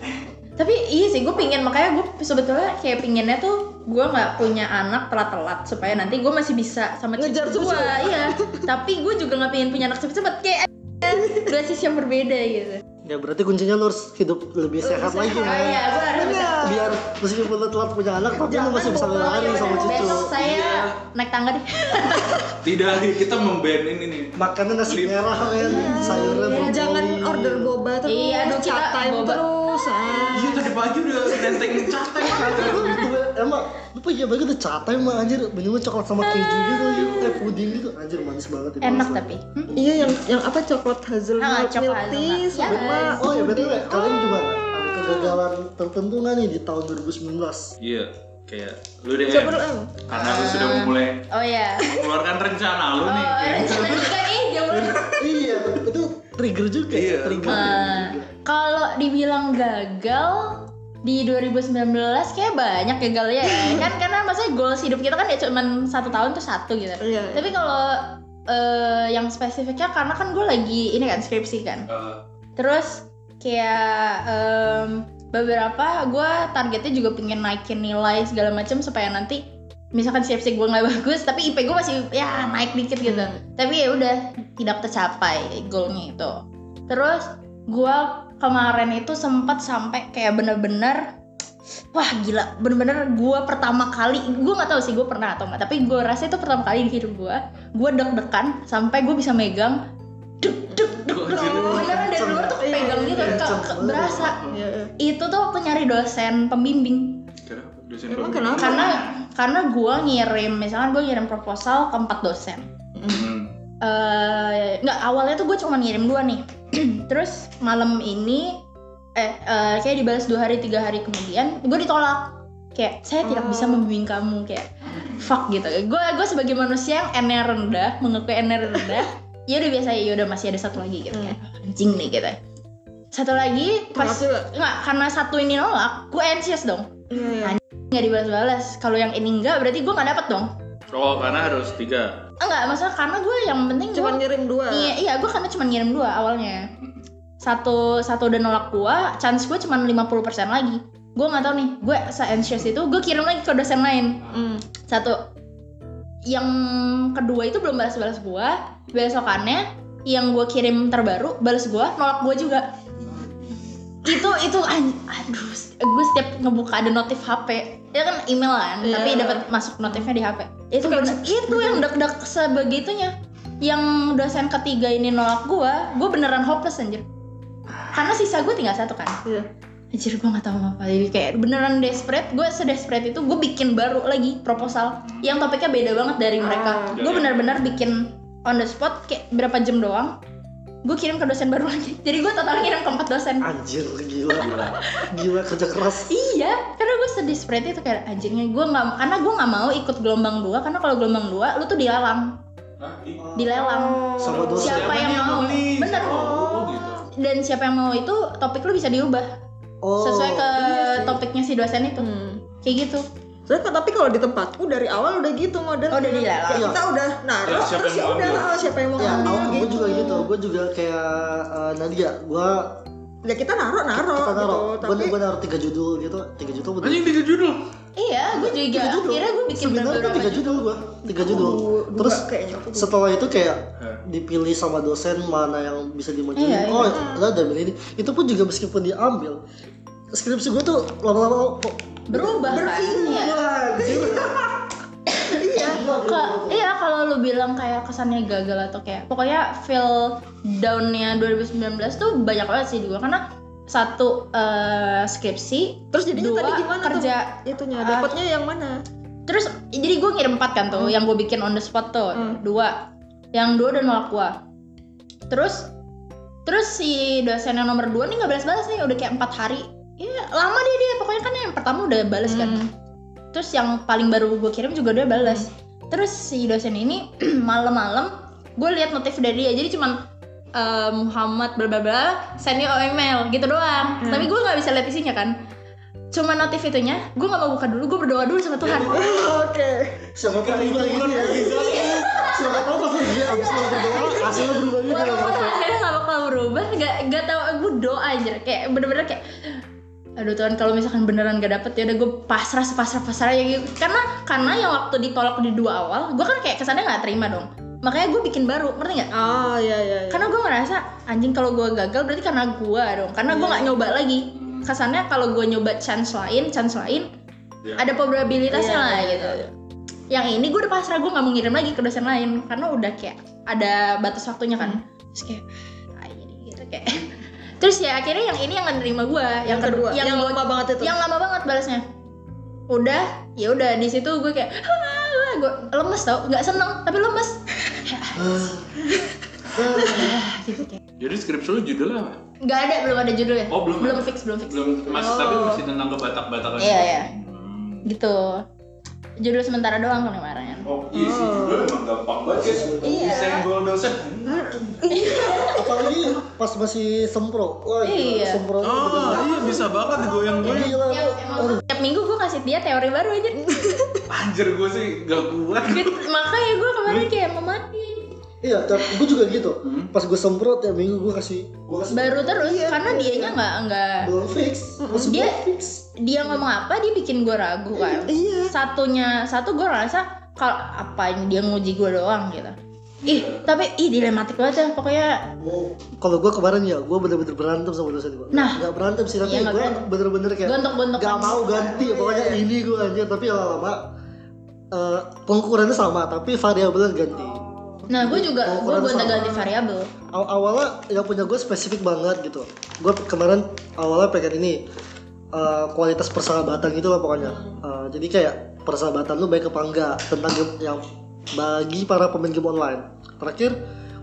Speaker 1: Tapi iya sih gue pingin makanya gue sebetulnya kayak pinginnya tuh gue nggak punya anak telat-telat supaya nanti gue masih bisa sama cucu
Speaker 4: Ngejar cucu.
Speaker 1: gue. Iya. Tapi gue juga nggak pingin punya anak cepet-cepet kayak anjing. dua sisi yang berbeda gitu.
Speaker 2: ya berarti kuncinya lu harus hidup lebih sehat lagi kan?
Speaker 1: Oh iya, gue harus bisa.
Speaker 2: biar meskipun lu telat punya anak tapi lu masih bisa
Speaker 1: Jangan
Speaker 2: lari
Speaker 1: bohong,
Speaker 2: sama
Speaker 1: yaudah, iya,
Speaker 2: cucu Iya.
Speaker 1: Besok saya naik tangga deh.
Speaker 3: Tidak kita memban ini nih.
Speaker 2: makannya nasi merah men sayurnya brokoli.
Speaker 4: Jangan order boba terus.
Speaker 1: Iya, aduh, kita
Speaker 4: chat time
Speaker 1: boba.
Speaker 4: terus. ah.
Speaker 3: Iya tadi pagi udah nenteng catek.
Speaker 2: Gue- gitu, emang lu pagi pagi udah catai mah anjir minumnya coklat sama keju gitu eh puding gitu anjir manis banget ya,
Speaker 1: Enak
Speaker 2: manis
Speaker 1: tapi. Hmm?
Speaker 4: Iya yang yang apa coklat
Speaker 1: Ah,
Speaker 4: hazelnut milk
Speaker 1: coklat
Speaker 4: tea
Speaker 1: hazelnut.
Speaker 4: Iya.
Speaker 1: Iya.
Speaker 4: sama
Speaker 2: banget. oh ya betul kalian gimana ada kegagalan tertentu nggak nih di tahun 2019
Speaker 3: Iya kayak lu deh.
Speaker 4: Coba lu, Em.
Speaker 3: Karena lu sudah memulai
Speaker 1: Oh iya.
Speaker 3: mengeluarkan rencana lu
Speaker 1: Oh,
Speaker 3: nih.
Speaker 4: eh.
Speaker 1: rencana juga nih dia mulai.
Speaker 2: iya itu trigger juga
Speaker 3: Iya,
Speaker 2: ya trigger
Speaker 1: Eh, kalau dibilang gagal di 2019 kayak banyak gagalnya ya kan karena maksudnya goals hidup kita kan ya cuma satu tahun tuh satu gitu
Speaker 4: Iya.
Speaker 1: tapi kalau eh, yang spesifiknya karena kan gue lagi ini kan skripsi kan
Speaker 3: Eh,
Speaker 1: terus kayak em, beberapa gue targetnya juga pengen naikin nilai segala macam supaya nanti misalkan skripsi gue nggak bagus tapi IP gue masih ya naik dikit gitu
Speaker 2: Hmm.
Speaker 1: tapi ya udah tidak tercapai goalnya itu terus gue kemarin itu sempat sampai kayak bener-bener wah gila bener-bener gue pertama kali gue nggak tahu sih gue pernah atau nggak tapi gue rasa itu pertama kali di hidup gue gue deg-degan sampai gue bisa megang deg deg deg
Speaker 3: Kok
Speaker 1: deg
Speaker 3: jadi
Speaker 1: beneran dari luar tuh pegang gitu
Speaker 2: Iya,
Speaker 1: ke- ke-
Speaker 2: kenceng.
Speaker 1: berasa
Speaker 4: Iya, iya.
Speaker 1: itu tuh waktu nyari dosen pembimbing
Speaker 3: kenapa? Dosen
Speaker 4: Emang
Speaker 3: pembimbing.
Speaker 4: kenapa?
Speaker 1: karena karena gue ngirim misalkan gue ngirim proposal ke empat dosen
Speaker 3: Hmm.
Speaker 1: eh nggak awalnya tuh gue cuma ngirim dua nih terus malam ini eh, eh, kayak dibalas dua hari tiga hari kemudian gue ditolak kayak saya tidak bisa membimbing kamu kayak fuck gitu gue gue sebagai manusia yang ener rendah mengakui ener rendah ya udah biasa ya udah masih ada satu lagi gitu kayak anjing nih gitu satu lagi pas
Speaker 4: Tolak juga?
Speaker 1: nggak karena satu ini nolak gue anxious dong
Speaker 4: Iya, iya.
Speaker 1: nggak dibalas-balas kalau yang ini enggak berarti gue nggak dapet dong
Speaker 3: Oh karena harus tiga.
Speaker 1: enggak masalah karena gue yang penting gue
Speaker 4: Cuman ngirim dua.
Speaker 1: Iya, iya gue karena cuma ngirim dua awalnya. Satu satu udah nolak gua, chance gue cuma 50% lagi. Gue nggak tahu nih, gue se-anxious itu, gue kirim lagi ke dosen lain.
Speaker 4: Hmm.
Speaker 1: Satu. Yang kedua itu belum balas-balas gua. Besokannya yang gue kirim terbaru balas gua, nolak gua juga. Itu itu an- aduh, gue setiap ngebuka ada notif HP. Ya kan email kan,
Speaker 4: Iya.
Speaker 1: tapi dapat masuk notifnya di HP. Itu
Speaker 4: Itu kan
Speaker 1: bener- itu yang deg-deg sebegitunya yang dosen ketiga ini nolak gua, gua beneran hopeless anjir. Karena sisa gue tinggal satu kan.
Speaker 4: Iya.
Speaker 1: Anjir gua nggak tahu mau apa. Jadi kayak beneran desperate, gue sedesperate itu gue bikin baru lagi proposal yang topiknya beda banget dari mereka.
Speaker 4: Ah.
Speaker 1: Gue bener-bener bikin on the spot kayak berapa jam doang. Gue kirim ke dosen baru lagi. Jadi gue total kirim ke empat dosen.
Speaker 2: anjir gila gila kerja keras
Speaker 1: Iya, karena gue sedih seperti itu kayak anjirnya gue nggak karena gue nggak mau ikut gelombang dua karena kalau gelombang dua lu tuh dilelang,
Speaker 3: Hah? Ih,
Speaker 1: dilelang.
Speaker 2: sama
Speaker 1: Iya.
Speaker 2: dosen
Speaker 1: Siapa yang
Speaker 3: nih
Speaker 1: mau?
Speaker 3: beli?
Speaker 1: Bener.
Speaker 3: Oh, gitu.
Speaker 1: Dan siapa yang mau itu topik lu bisa diubah.
Speaker 2: Oh.
Speaker 1: sesuai ke
Speaker 4: Iya sih.
Speaker 1: topiknya si dosen itu
Speaker 4: Hmm.
Speaker 1: kayak gitu
Speaker 4: Soalnya kok- tapi kalau di tempatku dari awal udah gitu model.
Speaker 1: Oh, udah dilelang.
Speaker 4: Kayak kita udah naruh
Speaker 3: Ya, siapa
Speaker 4: terus ya
Speaker 3: yang mau
Speaker 4: udah
Speaker 3: ambil?
Speaker 4: ah, siapa yang mau
Speaker 2: Ya,
Speaker 1: Oh,
Speaker 4: ambil
Speaker 2: awal gue
Speaker 4: gitu.
Speaker 2: juga gitu, gue juga kayak eh, Nadia, gue
Speaker 4: Ya kita naruh
Speaker 1: Oh,
Speaker 4: naruh.
Speaker 2: kita
Speaker 4: gitu.
Speaker 2: naruh, gue
Speaker 4: Tapi
Speaker 2: gue naruh tiga judul gitu, tiga judul betul.
Speaker 3: Anjing tiga judul.
Speaker 1: iya gue juga
Speaker 2: Tiga judul.
Speaker 1: akhirnya gue bikin
Speaker 2: Seminar tuh
Speaker 1: beberapa
Speaker 2: tiga judul gue, tiga judul.
Speaker 4: Aku dua
Speaker 2: Terus
Speaker 4: kayaknya aku dua.
Speaker 2: setelah itu kayak
Speaker 3: Hah.
Speaker 2: dipilih sama dosen mana yang bisa dimajuin.
Speaker 1: Iya,
Speaker 2: oh, ternyata ada milih ini. Itu pun juga meskipun diambil, skripsi gue tuh lama-lama oh, kok
Speaker 1: berubah kan iya
Speaker 2: Wah, anjir.
Speaker 4: iya.
Speaker 1: Ke- iya kalau lu bilang kayak kesannya gagal atau kayak pokoknya feel down-nya 2019 tuh banyak banget sih di gua karena satu eh, skripsi
Speaker 4: Terus jadinya
Speaker 1: dua
Speaker 4: tadi gimana
Speaker 1: kerja
Speaker 4: tuh? Itunya
Speaker 1: Ah.
Speaker 4: dapatnya yang mana?
Speaker 1: terus jadi gue ngirim empat kan tuh yang gue bikin on the spot tuh
Speaker 4: Hmm.
Speaker 1: dua yang dua dan nolak gua terus terus si dosen yang nomor dua nih nggak balas balas nih udah kayak empat hari Iya lama dia dia pokoknya kan yang pertama udah balas kan
Speaker 4: Hmm.
Speaker 1: terus yang paling baru gue kirim juga dia balas terus si dosen ini malam-malam gue lihat notif dari dia jadi cuman eh, Muhammad bla bla bla send you an email gitu doang
Speaker 4: Hmm.
Speaker 1: tapi gue nggak bisa lihat isinya kan cuma notif itunya gue nggak mau buka dulu gue berdoa dulu sama Tuhan
Speaker 4: Hmm. Oke.
Speaker 2: siapa tahu
Speaker 3: Bukan,
Speaker 2: berubah
Speaker 3: bukan,
Speaker 2: gini ya. Siapa tahu pas dia abis lo berdoa, hasilnya berubah gini
Speaker 1: Walaupun
Speaker 2: apa apa.
Speaker 1: akhirnya gak bakal berubah gak, gak tau gue doa aja kayak bener-bener kayak aduh Tuhan kalau misalkan beneran gak dapet ya udah gue pasrah pasrah pasrah ya gitu karena karena yang waktu ditolak di dua awal gue kan kayak kesannya nggak terima dong makanya gue bikin baru ngerti nggak
Speaker 4: Oh iya iya. iya.
Speaker 1: karena gue ngerasa anjing kalau gue gagal berarti karena gue dong karena gue nggak nyoba lagi kesannya kalau gue nyoba chance lain chance lain
Speaker 3: Ya.
Speaker 1: ada probabilitasnya
Speaker 4: Iya,
Speaker 1: lah
Speaker 4: iya,
Speaker 1: gitu
Speaker 4: iya.
Speaker 1: yang ini gue udah pasrah gue nggak mau ngirim lagi ke dosen lain karena udah kayak ada batas waktunya kan
Speaker 4: Hmm.
Speaker 1: terus kayak ah, ini gitu kayak terus ya akhirnya yang ini yang nerima gue yang,
Speaker 4: yang kedua
Speaker 1: yang,
Speaker 4: yang,
Speaker 1: gua-
Speaker 4: lama banget itu.
Speaker 1: yang lama banget balasnya udah ya udah di situ gue kayak gue lemes tau nggak seneng tapi lemes Ah, gitu kayak
Speaker 3: Jadi skripsi lu judulnya apa?
Speaker 1: nggak ada belum ada judulnya
Speaker 3: Oh, belum
Speaker 1: belum
Speaker 3: ada.
Speaker 1: fix belum fix
Speaker 3: Belum masih tapi masih tentang kebatak-batakan. gitu.
Speaker 1: Iya, iya.
Speaker 3: Hmm.
Speaker 1: gitu judul sementara doang kemarin
Speaker 3: Oh, iya sih judul emang gampang banget ya.
Speaker 1: Iya.
Speaker 3: Disenggol dosen.
Speaker 2: Apalagi pas masih sempro, wah gila,
Speaker 1: Iya.
Speaker 2: sempro.
Speaker 3: Oh, iya bisa banget digoyang-goyang.
Speaker 2: Gila.
Speaker 1: ya
Speaker 2: Iya,
Speaker 4: Oh.
Speaker 1: emang tiap minggu gue kasih dia teori baru aja
Speaker 3: Anjir gue sih gak kuat.
Speaker 1: makanya gue kemarin kayak mau mati
Speaker 2: Iya, gue juga gitu.
Speaker 3: Hmm.
Speaker 2: Pas gue semprot ya minggu gue kasih, gue kasih
Speaker 1: baru terus karena dianya nggak nggak
Speaker 2: belum fix, masih
Speaker 1: Hmm, Dia-
Speaker 2: belum fix.
Speaker 1: dia ngomong apa dia bikin gue ragu kan
Speaker 4: Iya.
Speaker 1: satunya satu gue rasa kalau apa ini dia nguji gue doang gitu ih tapi ih dilematik banget ya pokoknya
Speaker 2: Mau- Kalau gue kemarin ya, gue bener-bener berantem sama dosen gue.
Speaker 1: Nah.
Speaker 2: gak berantem sih, tapi
Speaker 1: Iya, nggak
Speaker 2: gue
Speaker 1: berantem. Iya,
Speaker 2: bener-bener kayak
Speaker 1: Gontok-gontokan.
Speaker 2: Gak mau ganti, pokoknya ini gue anjir. Tapi lama-lama eh, pengukurannya sama, tapi variabelnya ganti.
Speaker 1: nah gue juga
Speaker 2: Oh,
Speaker 1: gue
Speaker 2: kurang
Speaker 1: gonta ganti
Speaker 2: sama.
Speaker 1: variabel
Speaker 2: Aw- awalnya yang punya gue spesifik banget gitu gue kemarin awalnya pengen ini eh, kualitas persahabatan gitu lah pokoknya Eh, jadi kayak persahabatan lu baik apa enggak tentang game yang bagi para pemain game online terakhir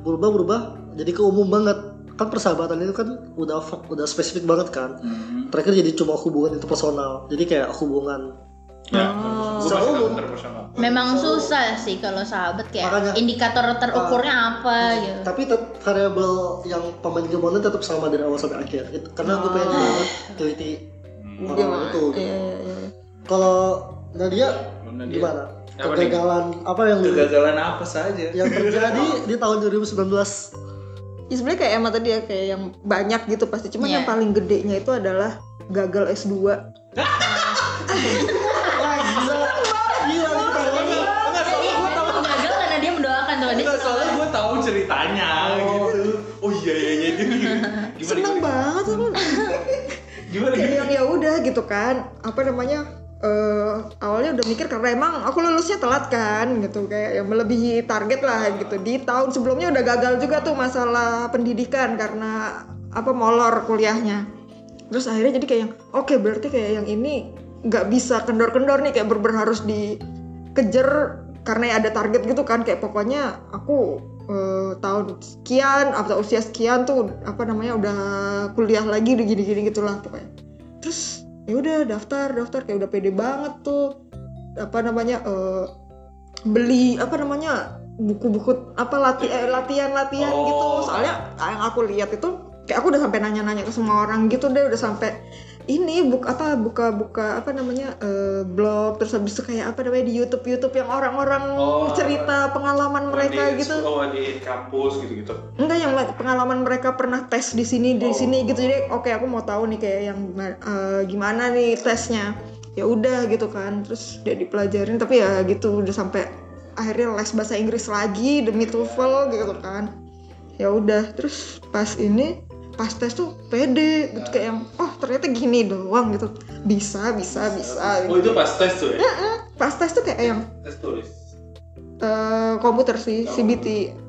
Speaker 2: berubah berubah jadi ke umum banget kan persahabatan itu kan udah udah spesifik banget kan
Speaker 3: Hmm.
Speaker 2: terakhir jadi cuma hubungan interpersonal jadi kayak hubungan
Speaker 3: Ya,
Speaker 4: Oh.
Speaker 3: gue masih
Speaker 2: Selalu.
Speaker 3: gak interpersonal.
Speaker 1: memang
Speaker 2: So-
Speaker 1: susah sih kalau sahabat kayak
Speaker 2: Makanya- iya.
Speaker 1: indikator terukurnya apa gitu
Speaker 2: tapi tet- variabel yang pemain game online tetap sama dari awal sampai akhir Itu- karena gue pengen banget teliti
Speaker 3: Hmm.
Speaker 4: Dia
Speaker 2: orang
Speaker 4: mah-
Speaker 2: itu
Speaker 4: Iya iya iya.
Speaker 2: Kalau Nadia
Speaker 3: Mana dia?
Speaker 2: gimana?
Speaker 3: Apa nih?
Speaker 2: Kegagalan apa yang
Speaker 3: Kegagalan apa saja?
Speaker 2: yang terjadi di tahun 2019?
Speaker 4: Ya sebenarnya kayak emang tadi ya kayak yang banyak gitu pasti. Cuman
Speaker 1: Iya.
Speaker 4: yang paling gedenya itu adalah gagal S2.
Speaker 2: Wah gila, gila ini ketawanya.
Speaker 1: jadi
Speaker 3: Enggak, soalnya gue tahu
Speaker 1: memang gagal karena dia mendoakan tuh dia
Speaker 3: Enggak, soalnya gue tahu ceritanya gitu. Oh iya iya iya gitu. Gimana
Speaker 4: Seneng
Speaker 3: gimana?
Speaker 4: banget aku.
Speaker 3: Gimana
Speaker 4: kayak
Speaker 3: gimana?
Speaker 4: yang ya udah gitu kan apa namanya eh, awalnya udah mikir karena emang aku lulusnya telat kan gitu kayak yang melebihi target lah gitu di tahun sebelumnya udah gagal juga tuh masalah pendidikan karena apa molor kuliahnya terus akhirnya jadi kayak yang oke berarti kayak yang ini nggak bisa kendor-kendor nih kayak berber harus dikejar karena ada target gitu kan kayak pokoknya aku eh, tahun sekian atau usia sekian tuh apa namanya udah kuliah lagi udah gini-gini gitulah pokoknya terus ya udah daftar daftar kayak udah pede banget tuh apa namanya eh, beli apa namanya buku-buku apa lati- eh, latihan latihan
Speaker 3: Oh.
Speaker 4: gitu soalnya yang aku lihat itu kayak aku udah sampai nanya-nanya ke semua orang gitu deh udah sampai ini buka apa buka-buka apa namanya eh, blog terus habis itu kayak apa namanya di YouTube YouTube yang orang-orang
Speaker 3: Oh.
Speaker 4: cerita pengalaman mereka
Speaker 3: di,
Speaker 4: gitu
Speaker 3: oh, di kampus gitu-gitu
Speaker 4: enggak yang like pengalaman mereka pernah tes di sini di
Speaker 3: Oh.
Speaker 4: sini gitu jadi oke aku mau tahu nih kayak yang gima- eh, gimana nih tesnya ya udah gitu kan terus udah dipelajarin tapi ya gitu udah sampai akhirnya les bahasa Inggris lagi demi TOEFL gitu kan ya udah terus pas ini pas tes tuh pede gitu kayak yang oh ternyata gini doang gitu bisa bisa bisa
Speaker 3: oh itu
Speaker 4: gitu.
Speaker 3: pas tes tuh ya
Speaker 4: pas tes tuh kayak yang
Speaker 3: tes tulis
Speaker 4: eh, komputer sih
Speaker 3: Oh.
Speaker 4: CBT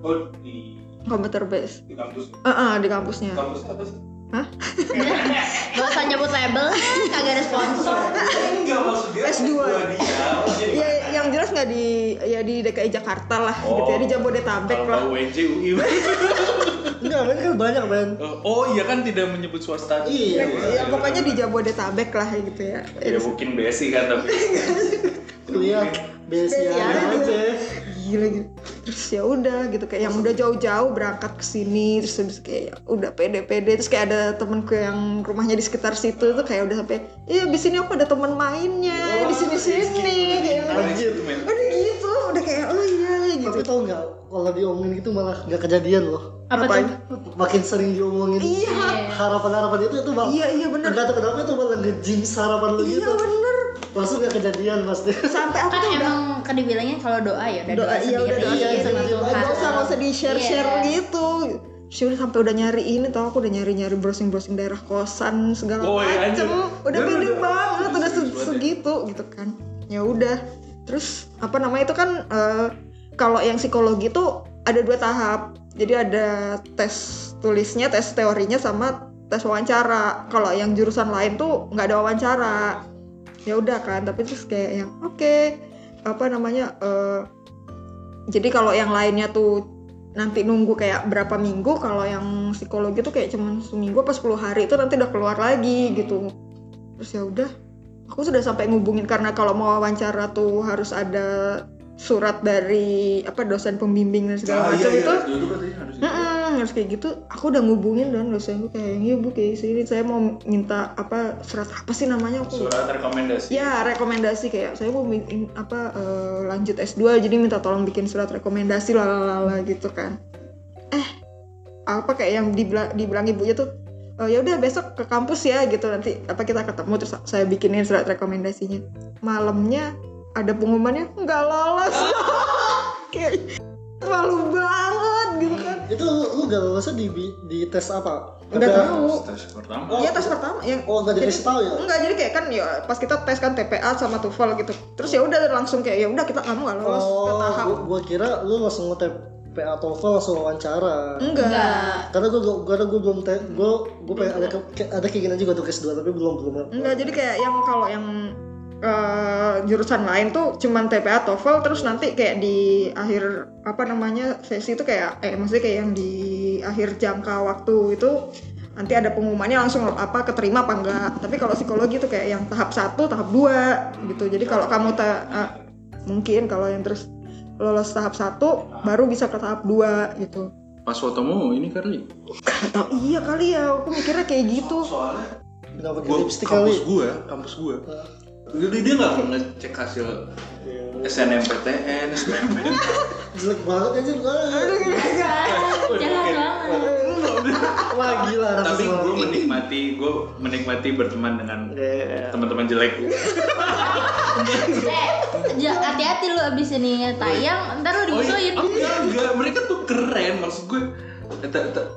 Speaker 3: oh di,
Speaker 4: komputer based
Speaker 3: di kampus
Speaker 4: eh di kampusnya
Speaker 3: kampus apa sih
Speaker 1: Gak usah nyebut label, kagak ada sponsor.
Speaker 3: enggak maksud dia
Speaker 4: S2.
Speaker 3: gua dia maksudnya
Speaker 4: Ya, yang jelas nggak di ya di DKI Jakarta lah gitu
Speaker 2: Oh.
Speaker 4: ya di Jabodetabek
Speaker 3: Kalau
Speaker 4: lah.
Speaker 3: tahu UNJ, UI.
Speaker 2: Enggak, men kan banyak men.
Speaker 3: Oh iya kan tidak menyebut swasta.
Speaker 2: Iya,
Speaker 4: Ya, ya, pokoknya di Jabodetabek lah gitu ya.
Speaker 3: Ya mungkin besi kan tapi.
Speaker 2: Kuliah BSI
Speaker 4: BSI aja.
Speaker 2: aja.
Speaker 4: Gila gitu. Terus ya udah gitu kayak yang udah jauh-jauh berangkat ke sini terus habis kayak ya udah pede-pede terus kayak ada temenku yang rumahnya di sekitar situ tuh kayak udah sampai iya di sini aku ada teman mainnya
Speaker 2: Oh,
Speaker 4: di sini-sini kayak
Speaker 3: Anjir men.
Speaker 4: udah gitu udah kayak oh iya gitu.
Speaker 2: Tapi tau nggak, kalau diomongin gitu malah nggak kejadian loh.
Speaker 1: Apa
Speaker 4: Ngapain?
Speaker 1: tuh?
Speaker 2: Makin sering diomongin
Speaker 4: Iya.
Speaker 2: harapan-harapan itu itu malah
Speaker 4: Iya iya bener.
Speaker 2: Enggak tahu kenapa itu malah nge-jinx harapan lu
Speaker 4: Iya
Speaker 2: gitu.
Speaker 4: bener.
Speaker 2: Langsung nggak kejadian pasti.
Speaker 4: Sampai aku
Speaker 1: Kan
Speaker 4: tuh udah
Speaker 1: emang kan dibilangnya kalau doa ya udah doa,
Speaker 4: doa iya udah
Speaker 1: sendiri
Speaker 4: doa
Speaker 2: iya,
Speaker 4: sendiri
Speaker 1: sama
Speaker 2: iya,
Speaker 1: Tuhan.
Speaker 4: nggak usah nggak usah di share share
Speaker 1: Iya.
Speaker 4: gitu sih udah sampai udah nyari ini tau aku udah nyari nyari browsing browsing daerah kosan segala
Speaker 3: Oh, iya, anjir.
Speaker 4: macem udah
Speaker 3: Udah,
Speaker 4: pede
Speaker 3: udah.
Speaker 4: banget udah se-
Speaker 3: Serius banget ya.
Speaker 4: segitu gitu kan ya udah terus apa namanya itu kan eh, kalau yang psikologi itu ada dua tahap jadi ada tes tulisnya tes teorinya sama tes wawancara kalau yang jurusan lain tuh nggak ada wawancara ya udah kan tapi terus kayak yang oke apa namanya eh, jadi kalau yang lainnya tuh nanti nunggu kayak berapa minggu kalau yang psikologi tuh kayak cuman seminggu apa 10 hari itu nanti udah keluar lagi gitu terus ya udah aku sudah sampai ngubungin karena kalau mau wawancara tuh harus ada surat dari apa dosen pembimbing
Speaker 3: Ah,
Speaker 4: dan segala
Speaker 3: iya,
Speaker 4: macam itu
Speaker 3: Dulu katanya harus gitu.
Speaker 4: Mm-mm, harus kayak gitu aku udah ngubungin dan dosen gue kayak iya bu kayak sini saya mau minta apa surat apa sih namanya aku
Speaker 3: Surat rekomendasi.
Speaker 4: Ya rekomendasi kayak saya mau bikin apa eh, lanjut S2 jadi minta tolong bikin surat rekomendasi lalala gitu kan. Eh apa kayak yang dibila- dibilang ibunya tuh "Eh, ya udah besok ke kampus ya gitu nanti apa kita ketemu terus saya bikinin surat rekomendasinya. Malamnya ada pengumumannya nggak lolos. kayak malu banget gitu kan.
Speaker 2: Itu lu nggak lolosnya di di tes apa?
Speaker 4: Nggak
Speaker 2: Ada-
Speaker 4: tahu.
Speaker 3: Tes pertama.
Speaker 2: Oh.
Speaker 4: Iya tes pertama yang
Speaker 2: Oh nggak dikasih tahu ya?
Speaker 4: Enggak, jadi kayak kan ya pas kita tes kan TPA sama TOEFL gitu. Terus ya udah langsung kayak ya udah kita kamu nggak lolos ke
Speaker 2: Oh,
Speaker 4: tahap.
Speaker 2: gua, gua kira lu langsung ngetep PA TOEFL langsung
Speaker 4: Hmm.
Speaker 2: wawancara.
Speaker 4: Enggak.
Speaker 2: Karena gua gua- karena gua belum te, gua gua pengen ada ke- ke- ada keinginan juga untuk S2 tapi belum belum.
Speaker 4: Enggak, jadi kayak yang kalau yang eh, jurusan lain tuh cuman TPA TOEFL E terus nanti kayak di akhir apa namanya sesi itu kayak eh maksudnya kayak yang di akhir jangka waktu itu nanti ada pengumumannya langsung apa keterima apa enggak. Tapi kalau psikologi itu kayak yang tahap satu tahap dua gitu. Jadi kalau kamu ta- eh, mungkin kalau yang terus lolos tahap satu baru bisa ke tahap dua gitu.
Speaker 3: Pas fotomu ini kali.
Speaker 4: Atau iya kali ya, aku mikirnya kayak gitu.
Speaker 3: Soalnya
Speaker 2: Kenapa pakai
Speaker 3: gua,
Speaker 2: lipstick
Speaker 3: kampus
Speaker 2: kali?
Speaker 3: gua, ya, kampus gua. Jadi dia nggak ngecek hasil SNMPTN, SNMPTN.
Speaker 2: Jelek banget aja lu.
Speaker 1: Jangan banget.
Speaker 2: Wah gila
Speaker 3: Tapi
Speaker 2: rasis
Speaker 3: gue
Speaker 2: banget.
Speaker 3: menikmati, gue menikmati berteman dengan
Speaker 2: Iya.
Speaker 3: teman-teman jelek.
Speaker 1: Eh, ja- hati-hati lu abis ini tayang, ntar lu
Speaker 3: Oh iya,
Speaker 1: dimusuhin.
Speaker 3: enggak, enggak, mereka tuh keren maksud gue. eh, ta- ta-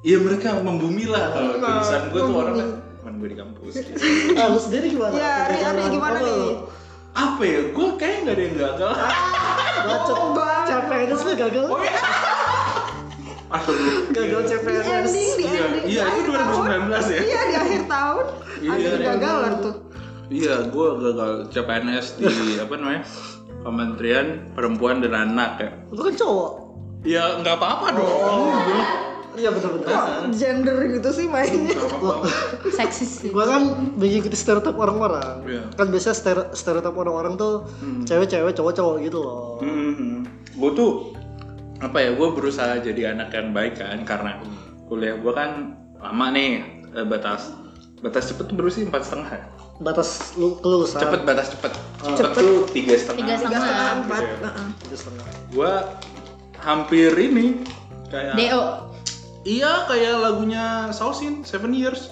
Speaker 3: Iya mereka membumi lah kalau tulisan gue tuh orang kan, teman gue di kampus. gitu.
Speaker 2: Ah, lu sendiri gimana?
Speaker 4: Ya, Ari, Ari
Speaker 2: Perjalanan
Speaker 4: gimana
Speaker 2: apa lu?
Speaker 4: nih?
Speaker 3: Apa ya? Gue kayaknya nggak ada yang gagal.
Speaker 2: Bacot. CPNS lu gagal.
Speaker 3: Oh, iya. Aduh,
Speaker 2: Gagal
Speaker 4: Di
Speaker 2: CPNS.
Speaker 4: ending, di
Speaker 3: Iya,
Speaker 4: ending.
Speaker 3: iya,
Speaker 4: Di
Speaker 3: itu
Speaker 4: akhir tahun.
Speaker 3: 2019 ya?
Speaker 4: Iya, di akhir tahun
Speaker 3: Iya,
Speaker 4: ada
Speaker 3: iya.
Speaker 4: kegagalan tuh.
Speaker 3: Iya, gue gagal CPNS di apa namanya Kementerian Perempuan dan Anak ya.
Speaker 2: Lu kan cowok.
Speaker 3: Ya nggak apa-apa dong. Gue
Speaker 2: Iya benar-benar.
Speaker 4: Gender gitu sih mainnya.
Speaker 3: nggak apa-apa.
Speaker 1: Seksis sih.
Speaker 2: Gua kan mengikuti stereotip orang-orang.
Speaker 3: Iya.
Speaker 2: Kan biasanya stere- stereotip orang-orang tuh cewek-cewek, cowok-cowok gitu loh.
Speaker 3: Hmm, gue Hmm. tuh apa ya? Gue berusaha jadi anak yang baik kan karena kuliah gue kan lama nih eh, batas batas cepet tuh baru sih empat setengah ya?
Speaker 2: batas lu kelulusan
Speaker 3: cepet batas cepet
Speaker 2: Ah.
Speaker 3: cepet tuh
Speaker 1: Tiga
Speaker 3: tiga setengah
Speaker 1: setengah.
Speaker 4: tiga setengah empat
Speaker 3: Gitu ya.
Speaker 4: heeh.
Speaker 2: Itu setengah.
Speaker 3: gua hampir ini kayak
Speaker 1: DO.
Speaker 3: iya kayak lagunya Sausin Seven Years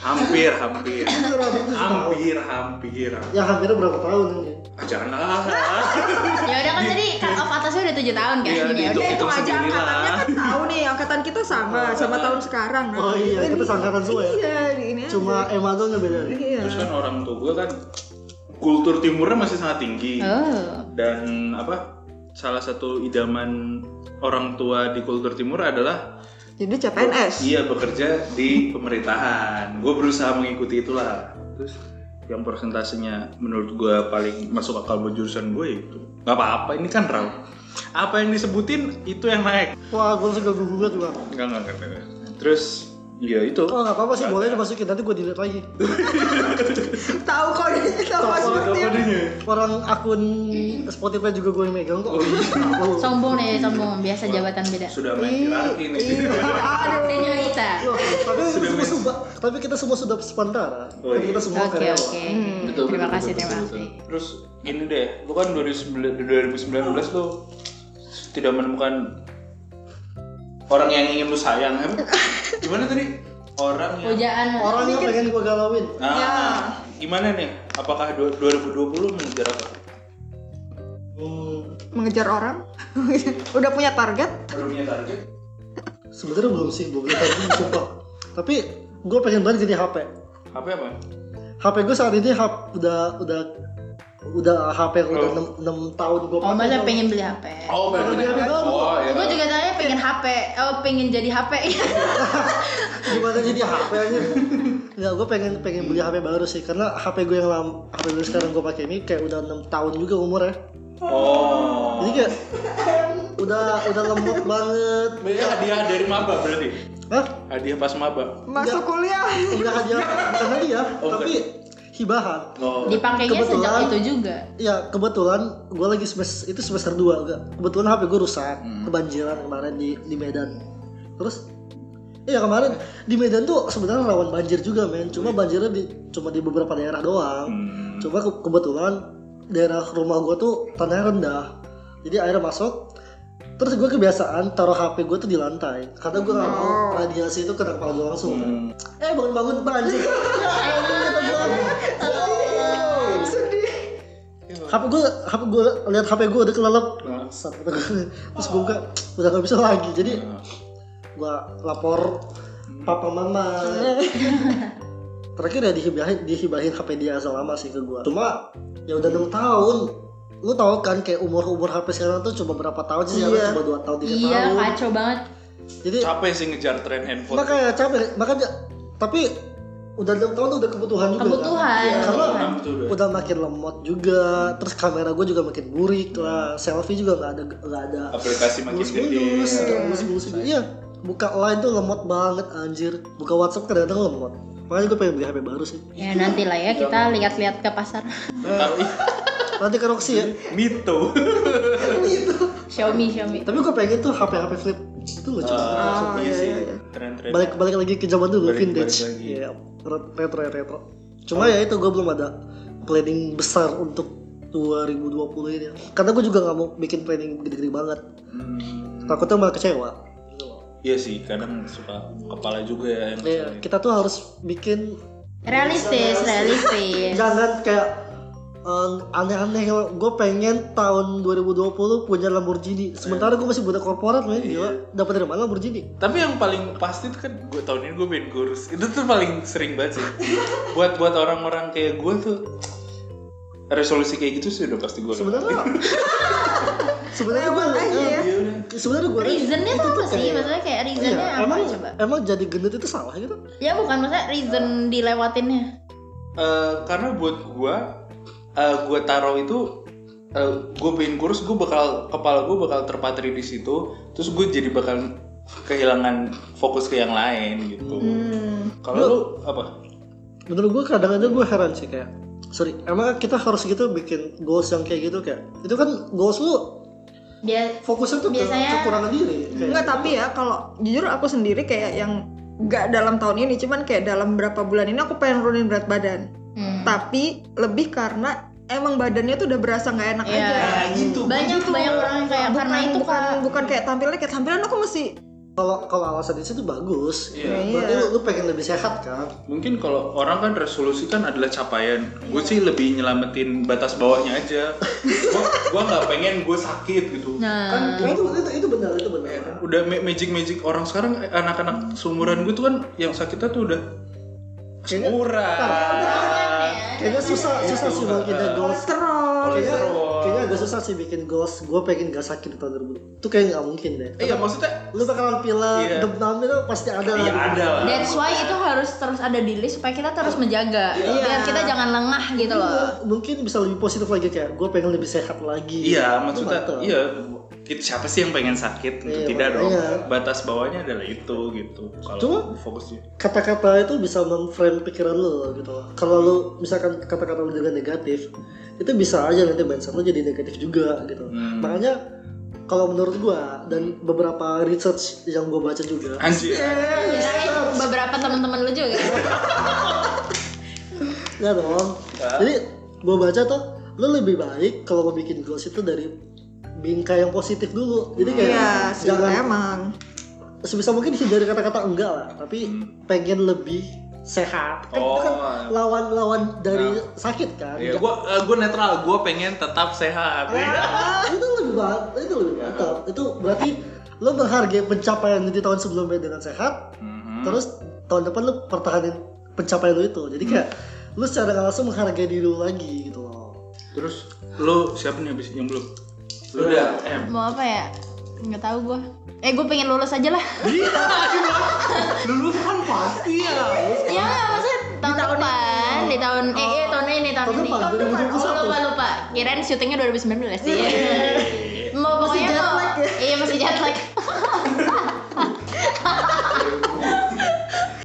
Speaker 3: hampir hampir
Speaker 2: Iya,
Speaker 3: hampir hampir
Speaker 2: yang hampirnya Ya, berapa tahun ini
Speaker 3: Ah, janganlah
Speaker 1: Ya udah kan tadi cut off atasnya udah 7 tahun kan.
Speaker 3: Iya,
Speaker 1: Jadi ya
Speaker 3: dihitung-
Speaker 1: udah.
Speaker 4: Eh, itu
Speaker 3: hitung
Speaker 4: aja
Speaker 3: sendiri lah.
Speaker 4: angkatannya kan tahu nih angkatan kita sama sama tahun sekarang nah.
Speaker 2: Oh iya, kita seangkatan semua ya?
Speaker 4: iya ini aja.
Speaker 2: cuma Emma doang yang beda
Speaker 4: iya
Speaker 3: terus kan orang tua gua kan kultur timurnya masih sangat tinggi
Speaker 1: Oh.
Speaker 3: dan apa salah satu idaman orang tua di kultur timur adalah
Speaker 4: jadi CPNS
Speaker 3: iya bekerja di pemerintahan gue berusaha mengikuti itulah terus yang persentasenya menurut gue paling masuk akal buat jurusan gue ya itu nggak apa-apa ini kan raw apa yang disebutin itu yang naik
Speaker 2: wah gue langsung ganggu gugat juga
Speaker 3: nggak nggak nggak, nggak. terus ya itu
Speaker 2: oh nggak apa-apa sih boleh dimasukin nanti gue delete lagi
Speaker 4: tahu kok dia tahu seperti itu
Speaker 2: orang akun Spotify juga gue yang megang kok
Speaker 3: Oh, iya.
Speaker 2: Lu-
Speaker 1: Sombong deh, sombong. Biasa jabatan beda.
Speaker 3: sudah main hierarki nih
Speaker 1: Adanya kita.
Speaker 2: Loh, tapi
Speaker 3: Sudah
Speaker 2: semua
Speaker 3: mes-
Speaker 2: suba- tapi kita semua sudah sepantara
Speaker 3: Oh iya.
Speaker 2: kita semua
Speaker 1: Oke,
Speaker 2: karyawan
Speaker 1: oke.
Speaker 3: Betul,
Speaker 1: Terima
Speaker 3: betul,
Speaker 1: kasih,
Speaker 3: betul,
Speaker 1: terima
Speaker 3: betul,
Speaker 1: kasih.
Speaker 3: betul. Terus ini deh, lu kan 2019, 2019 lu tidak menemukan orang yang ingin lu sayang, em. Gimana tadi? Orang yang
Speaker 1: Pujaan.
Speaker 2: orang yang pengen gue galauin
Speaker 3: Nah,
Speaker 4: Ya.
Speaker 3: gimana nih? Apakah du- 2020 mengejar apa?
Speaker 2: hmm,
Speaker 4: mengejar orang udah punya target
Speaker 3: Baru punya target?
Speaker 2: sebenarnya belum sih belum lihat lagi sumpah tapi gue pengen banget jadi HP
Speaker 3: HP apa?
Speaker 2: HP gue saat ini hap, udah udah udah HP yang udah 6,
Speaker 3: Oh.
Speaker 2: tahun gue
Speaker 1: Oh, masa pengen beli HP.
Speaker 3: Oh, baru
Speaker 2: Baru
Speaker 3: punya
Speaker 2: dia
Speaker 3: HP.
Speaker 2: bilang,
Speaker 3: Oh, ya.
Speaker 1: Gue juga tanya pengen HP, oh pengen jadi HP.
Speaker 2: gimana jadi HP aja nggak gue pengen pengen beli HP baru sih karena HP gue yang lam, HP gue sekarang gue pakai ini kayak udah enam tahun juga umurnya
Speaker 3: Oh.
Speaker 2: jadi kayak udah udah lembut banget
Speaker 3: Banyak hadiah dari maba berarti.
Speaker 2: Hah?
Speaker 3: Hadiah pas maba.
Speaker 4: masuk
Speaker 2: Enggak.
Speaker 4: kuliah
Speaker 2: Enggak hadiah, bukan hadiah,
Speaker 3: Oh,
Speaker 2: tapi hibahan.
Speaker 3: Oh.
Speaker 1: Dipakainya sejak
Speaker 2: Kebetulan.
Speaker 1: itu juga.
Speaker 2: Ya kebetulan gue lagi semester itu semester 2 enggak. Kebetulan HP gue rusak,
Speaker 3: Hmm.
Speaker 2: kebanjiran kemarin di di Medan. Terus Iya kemarin di Medan tuh sebenarnya rawan banjir juga men, cuma banjirnya di cuma di beberapa daerah doang.
Speaker 3: Iya. Hmm.
Speaker 2: Cuma ke- kebetulan daerah rumah gue tuh tanahnya rendah, jadi air masuk. Terus gue kebiasaan taruh HP gue tuh di lantai, karena gue nggak mau
Speaker 4: Oh.
Speaker 2: radiasi itu kena kepala gue langsung. kan.
Speaker 3: Hmm.
Speaker 2: Eh bangun-bangun banjir. ya elah kata gua.
Speaker 4: sedih
Speaker 2: HP gua, HP gua lihat HP gua udah kelelep.
Speaker 3: Nah.
Speaker 2: Sat, kata gua. Terus gua buka, udah gak bisa lagi. Jadi
Speaker 3: Nah.
Speaker 2: gua lapor
Speaker 4: Hmm.
Speaker 2: papa mama. Terakhir ya dihibahin, dihibahin HP dia asal lama sih ke gua. Cuma ya udah 6 tahun. Lu tau kan kayak umur-umur HP sekarang tuh cuma berapa tahun sih? Sekarang
Speaker 4: Iya.
Speaker 2: cuma 2 tahun, 3
Speaker 1: Iya,
Speaker 2: tahun.
Speaker 1: kacau banget.
Speaker 2: Jadi
Speaker 3: Capek sih ngejar tren handphone.
Speaker 2: makanya capek, makanya tapi udah 6 tahun udah kebutuhan juga. kan?
Speaker 1: Kebutuhan.
Speaker 2: Iya, karena
Speaker 1: kebutuhan.
Speaker 3: Betul, betul.
Speaker 2: udah makin lemot juga terus kamera gue juga makin burik lah selfie juga nggak ada nggak ada
Speaker 3: aplikasi makin
Speaker 2: mulus mulus
Speaker 3: gede
Speaker 2: mulus mulus iya buka line tuh lemot banget anjir buka WhatsApp kadang-kadang lemot makanya gue pengen beli HP baru sih
Speaker 1: Ya nanti lah ya kita
Speaker 2: Iya.
Speaker 1: lihat-lihat ke pasar.
Speaker 3: tapi
Speaker 2: nanti ke Roxy ya
Speaker 3: mito
Speaker 1: Xiaomi, Xiaomi.
Speaker 2: tapi gue pengen tuh HP HP flip itu lucu banget
Speaker 4: Ah, iya, iya, iya.
Speaker 3: tren-tren
Speaker 2: balik balik lagi ke zaman dulu
Speaker 3: Balik-
Speaker 2: vintage
Speaker 3: balik lagi.
Speaker 2: Iya, re- retro retro cuma ya itu gue belum ada planning besar untuk 2020 ini karena gue juga nggak mau bikin planning gede-gede banget
Speaker 3: Hmm,
Speaker 2: takutnya malah kecewa gitu loh.
Speaker 3: iya sih kadang suka kepala juga ya yang
Speaker 2: Iya,
Speaker 3: kesalahan.
Speaker 2: kita tuh harus bikin
Speaker 1: Realistis,
Speaker 2: Iya,
Speaker 1: realistis.
Speaker 2: jangan kayak eh, aneh-aneh. gue pengen tahun 2020 punya
Speaker 3: Iya.
Speaker 2: Lamborghini. Sementara gue masih budak korporat, men. Gila, dapat dari mana Lamborghini?
Speaker 3: tapi yang paling pasti tuh kan gue tahun ini gue pengen kurus itu tuh paling sering banget sih buat buat orang-orang kayak gue tuh resolusi kayak gitu sih udah pasti gue
Speaker 2: Sebenarnya sebenarnya gue
Speaker 4: lewat aja ya
Speaker 3: Iya
Speaker 2: sebenarnya gue
Speaker 1: Reasonnya tuh apa sih? Maksudnya kayak reasonnya apa
Speaker 2: Iya. emang
Speaker 1: coba?
Speaker 2: emang jadi gendut itu salah gitu?
Speaker 1: Ya bukan maksudnya reason dilewatinnya.
Speaker 3: Eh, karena buat gue gue taruh itu eh, gue pengen kurus gue bakal kepala gue bakal terpatri di situ terus gue jadi bakal kehilangan fokus ke yang lain gitu
Speaker 1: Hmm.
Speaker 4: Hmm.
Speaker 3: kalau lu apa
Speaker 2: menurut gue kadang-kadang gue heran sih kayak sorry emang kita harus gitu bikin goals yang kayak gitu kayak itu kan goals lu
Speaker 1: Dia
Speaker 2: fokusnya tuh ke
Speaker 1: Biasanya-
Speaker 2: kekurangan diri kayak
Speaker 4: Enggak tapi ya kalau jujur aku sendiri kayak yang nggak dalam tahun ini cuman kayak dalam berapa bulan ini aku pengen nurunin berat badan
Speaker 1: Hmm.
Speaker 4: tapi lebih karena emang badannya tuh udah berasa nggak enak
Speaker 1: Iya.
Speaker 4: aja
Speaker 3: Nah, itu.
Speaker 1: banyak
Speaker 2: Gitu.
Speaker 1: banyak orang yang kayak
Speaker 4: bukan,
Speaker 1: karena itu kan.
Speaker 4: bukan,
Speaker 1: kak
Speaker 4: bukan kayak tampilannya kayak tampilan aku masih
Speaker 2: Kalau kalau alasan itu tuh bagus.
Speaker 3: Iya.
Speaker 2: Berarti lu, lu pengen lebih sehat kan?
Speaker 3: Mungkin kalau orang kan resolusi kan adalah capaian. Gue sih lebih nyelamatin batas bawahnya aja. Gua- gua nggak pengen gue sakit gitu.
Speaker 1: nah
Speaker 3: Kan
Speaker 2: Nah, itu, itu itu benar itu benar.
Speaker 3: udah magic magic orang sekarang eh, anak-anak seumuran gue tuh kan yang sakitnya tuh udah seumuran.
Speaker 2: Kayaknya susah
Speaker 3: Iya,
Speaker 2: susah sih kalau kita goals.
Speaker 4: kolesterol
Speaker 2: Kayaknya,
Speaker 3: Kolesterol.
Speaker 2: kayaknya agak susah sih bikin goals. Gue pengen gak sakit di tahun 2000. Itu kayak nggak mungkin deh.
Speaker 3: Iya maksudnya
Speaker 2: Lu bakalan pilek,
Speaker 3: Iya.
Speaker 2: demam itu pasti ada.
Speaker 3: Iya
Speaker 2: lah.
Speaker 3: ada lah.
Speaker 1: That's why itu harus terus ada di list supaya kita terus menjaga
Speaker 2: Iya.
Speaker 1: biar kita jangan lengah gitu loh.
Speaker 2: Mungkin bisa lebih positif lagi kayak gue pengen lebih sehat lagi.
Speaker 3: Iya
Speaker 2: Itu
Speaker 3: maksudnya
Speaker 2: mantap.
Speaker 3: iya. Kita siapa sih yang pengen sakit? Tentu
Speaker 2: Iya,
Speaker 3: tidak dong.
Speaker 2: makanya.
Speaker 3: Batas bawahnya adalah itu gitu.
Speaker 2: Cuma- Iya.
Speaker 3: Kalau fokusnya.
Speaker 2: kata-kata itu bisa memframe pikiran lo gitu loh. Kalau lo misalkan kata-kata lo dengan negatif, itu bisa aja nanti mindset lo jadi negatif juga gitu.
Speaker 3: Hmm.
Speaker 2: Makanya kalau menurut gua dan beberapa research yang gua baca juga,
Speaker 3: Anjir.
Speaker 2: iya,
Speaker 1: Kirain beberapa teman-teman lu juga.
Speaker 2: ya dong.
Speaker 3: Hah?
Speaker 2: Jadi gua baca tuh lo lebih baik kalau mau bikin goals itu dari bingkai yang positif dulu. Jadi kayak
Speaker 4: iya sih
Speaker 2: jangan
Speaker 4: emang
Speaker 2: sebisa mungkin hindari kata-kata enggak lah, tapi
Speaker 3: Hmm.
Speaker 2: pengen lebih sehat. Kan itu
Speaker 3: Oh.
Speaker 2: kan lawan-lawan dari sakit kan.
Speaker 3: Iya, gua eh, gua netral, gua pengen tetap sehat.
Speaker 2: Ah, itu lebih banget itu lebih
Speaker 3: Iya.
Speaker 2: mantap itu berarti lo menghargai pencapaian di tahun sebelumnya dengan sehat
Speaker 3: Mhm.
Speaker 2: terus tahun depan lo pertahanin pencapaian lo itu jadi kayak
Speaker 3: Hmm.
Speaker 2: lo secara nggak langsung menghargai diri lo lagi gitu loh
Speaker 3: Terus lu siapa nih abis yang belum? Lu udah M.
Speaker 1: Mau apa ya? Nggak tahu gua. Eh gua pengen lulus aja lah.
Speaker 3: Lulus kan Iya, pasti ya.
Speaker 1: Ya nggak, maksudnya tahun depan di tahun eh, eh tahun ini tahun
Speaker 2: Tahun
Speaker 1: ini.
Speaker 2: depan,
Speaker 1: Tahun depan. Oh,
Speaker 2: 2021.
Speaker 1: lupa lupa. Kirain syutingnya 2019 sih. Mau pokoknya
Speaker 4: Iya. jet
Speaker 1: mau.
Speaker 4: lag ya?
Speaker 1: Iya masih jet lag.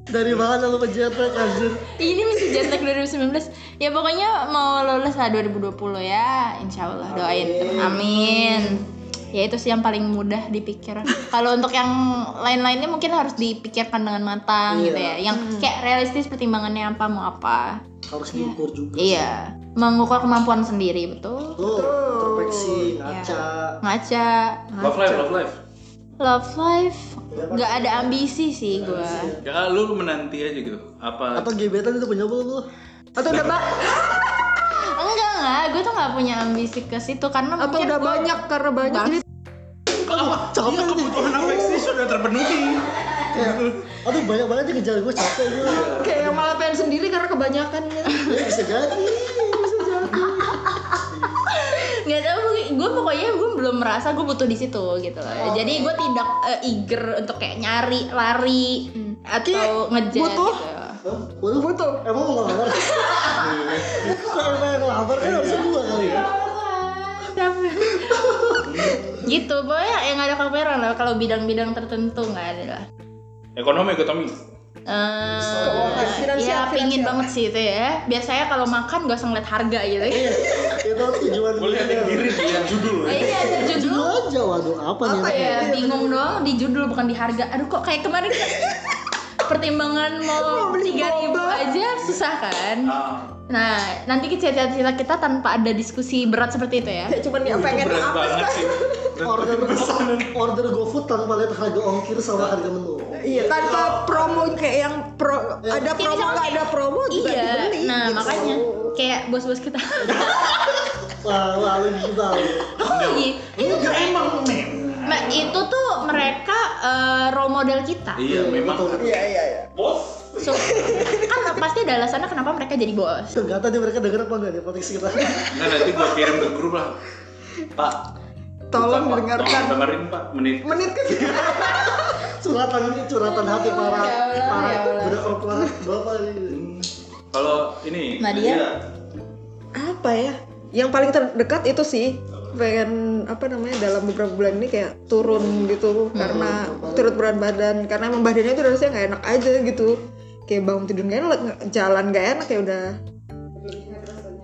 Speaker 2: dari mana lo menjelaskan anjir
Speaker 1: Ini masih jet lag 2019. Ya pokoknya mau lulus lah 2020 ya. Insya Allah doain. Amin. Ya itu sih yang paling mudah dipikir. Kalau untuk yang lain-lainnya mungkin harus dipikirkan dengan matang gitu
Speaker 4: Iya.
Speaker 1: ya. Yang
Speaker 4: Hmm.
Speaker 1: kayak realistis pertimbangannya apa mau apa.
Speaker 2: harus diukur juga
Speaker 1: Iya. Mengukur kemampuan sendiri betul. Iya.
Speaker 2: lo introspeksi ngaca
Speaker 1: Ngaca.
Speaker 3: Love life, love life.
Speaker 1: Love life. Gak ada ambisi sih gue.
Speaker 3: Ya lu menanti aja gitu. Apa?
Speaker 2: atau gebetan itu punya belum lo
Speaker 4: atau udah ba-
Speaker 1: Enggak enggak. Gue tuh nggak punya ambisi ke situ karena
Speaker 4: atau
Speaker 1: mungkin
Speaker 4: udah
Speaker 1: gua-
Speaker 4: banyak karena banyak jadi
Speaker 3: Apa? Iya, kebutuhan afeksi sudah terpenuhi.
Speaker 2: kayak aduh banyak banget yang ngejar gue capek gue
Speaker 4: kayak yang malah pengen sendiri karena kebanyakannya
Speaker 2: ya bisa jadi bisa jadi
Speaker 1: nggak tahu gue pokoknya gue belum merasa gue butuh di situ gitu loh
Speaker 4: Oh.
Speaker 1: jadi gue tidak eh, eager untuk kayak nyari lari atau ngejar
Speaker 4: Hmm. butuh.
Speaker 1: gitu
Speaker 2: Hah? Waduh,
Speaker 4: Butuh.
Speaker 2: Emang lu ngelamar? Kok emang yang ngelamar kan
Speaker 3: Iya.
Speaker 2: harusnya gua kali ya?
Speaker 1: gitu pokoknya yang nggak ada kabaran lah kalau bidang-bidang tertentu nggak ada lah
Speaker 3: Ekonomi, ekonomi.
Speaker 1: Eh,
Speaker 4: Finansial,
Speaker 1: ya pingin
Speaker 4: finansial.
Speaker 1: banget sih itu ya biasanya kalau makan gak usah ngeliat harga gitu
Speaker 2: Iya, itu tujuan
Speaker 3: Gue lihat yang diri, lihat judul.
Speaker 1: Eh, iya ada judul
Speaker 2: Judul aja, waduh apa nih?
Speaker 4: Apa
Speaker 2: enaknya?
Speaker 1: Ya, bingung doang di judul bukan di harga. Aduh kok kayak kemarin kita pertimbangan mau tiga ribu aja susah kan.
Speaker 3: Ah,
Speaker 1: Nah nanti cita-cita kita tanpa ada diskusi berat seperti itu ya.
Speaker 4: kayak cuman ya pengen
Speaker 3: berat
Speaker 4: apa
Speaker 3: banget sih.
Speaker 2: Order order GoFood tanpa lihat harga ongkir sama harga menu.
Speaker 4: Iya, tanpa promo kayak yang pro
Speaker 1: Kayak
Speaker 4: ada promo
Speaker 1: misalnya
Speaker 4: nggak ada promo juga
Speaker 1: Iya.
Speaker 4: dibeli. gitu.
Speaker 1: Nah makanya kayak bos-bos kita
Speaker 2: Wah, wah lu gila. lu.
Speaker 1: Kok lagi. Itu
Speaker 3: Enggak emang
Speaker 1: Ma- Oh,
Speaker 3: mem.
Speaker 1: iya. Nah, itu tuh mereka eh, role model kita.
Speaker 3: Iya, memang.
Speaker 2: Betul.
Speaker 4: Iya iya iya.
Speaker 3: Bos.
Speaker 1: So, kan pasti ada alasannya kenapa mereka jadi bos.
Speaker 2: Tuh, Nggak tahu nih mereka denger apa enggak nih potensi kita.
Speaker 3: Nah, nanti gue kirim ke grup lah. Pak.
Speaker 4: Tolong
Speaker 3: bukan, Pak.
Speaker 4: dengarkan.
Speaker 3: Tolong dengerin Pak. Menit.
Speaker 4: Menit ke
Speaker 2: Curhatan ini curhatan hati para
Speaker 1: Ya Allah,
Speaker 2: para
Speaker 1: ya Allah.
Speaker 2: budak korporat bapak ini.
Speaker 3: Kalau ini.
Speaker 1: Nadia?
Speaker 3: Iya.
Speaker 4: apa ya? Yang paling terdekat itu sih pengen apa namanya dalam beberapa bulan ini kayak turun gitu karena turut berat badan karena emang badannya itu rasanya nggak enak aja gitu kayak bangun tidur nggak enak jalan nggak enak ya udah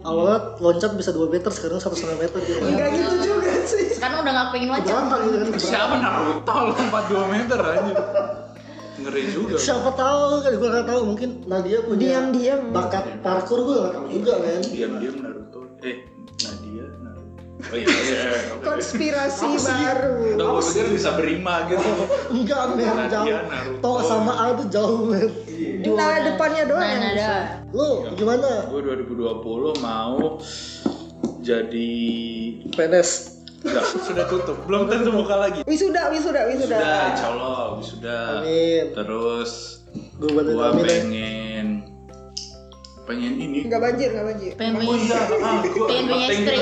Speaker 2: Awalnya loncat bisa 2 meter, sekarang 1,5 meter gitu.
Speaker 1: Iya.
Speaker 4: nggak gitu juga sih
Speaker 1: Sekarang udah gak pengen wajar.
Speaker 2: Berantak gitu kan.
Speaker 3: Siapa Naruto lompat 2 meter aja. ngeri juga
Speaker 2: siapa tahu kan gue nggak tahu mungkin Nadia punya
Speaker 4: diam-diam
Speaker 2: bakat parkur gue nggak tahu juga kan
Speaker 3: diam-diam Naruto eh Nadia Naruto oh iya iya iya, oke.
Speaker 4: konspirasi
Speaker 2: Apa sih?
Speaker 4: baru
Speaker 3: Nggak, gua pikir bisa berima gitu
Speaker 2: enggak men
Speaker 3: Nadia,
Speaker 2: jauh
Speaker 3: Naruto.
Speaker 2: to sama A tuh jauh men
Speaker 4: nah depannya doang
Speaker 1: Nah,
Speaker 4: yang
Speaker 1: ada.
Speaker 4: bisa.
Speaker 2: lu
Speaker 3: Iya.
Speaker 2: gimana
Speaker 3: gue 2020 mau jadi
Speaker 2: PNS
Speaker 3: Enggak, sudah tutup belum tentu buka lagi
Speaker 4: wisuda wisuda wisuda
Speaker 3: sudah insya Allah sudah
Speaker 2: Amin.
Speaker 3: terus
Speaker 2: gue bantu
Speaker 3: gua
Speaker 2: amin ya
Speaker 3: pengen pengen ini
Speaker 4: nggak banjir nggak banjir
Speaker 1: pengen
Speaker 3: Oh
Speaker 1: punya
Speaker 3: iya, ah, gua
Speaker 1: Pengen punya
Speaker 3: pengen-
Speaker 1: istri.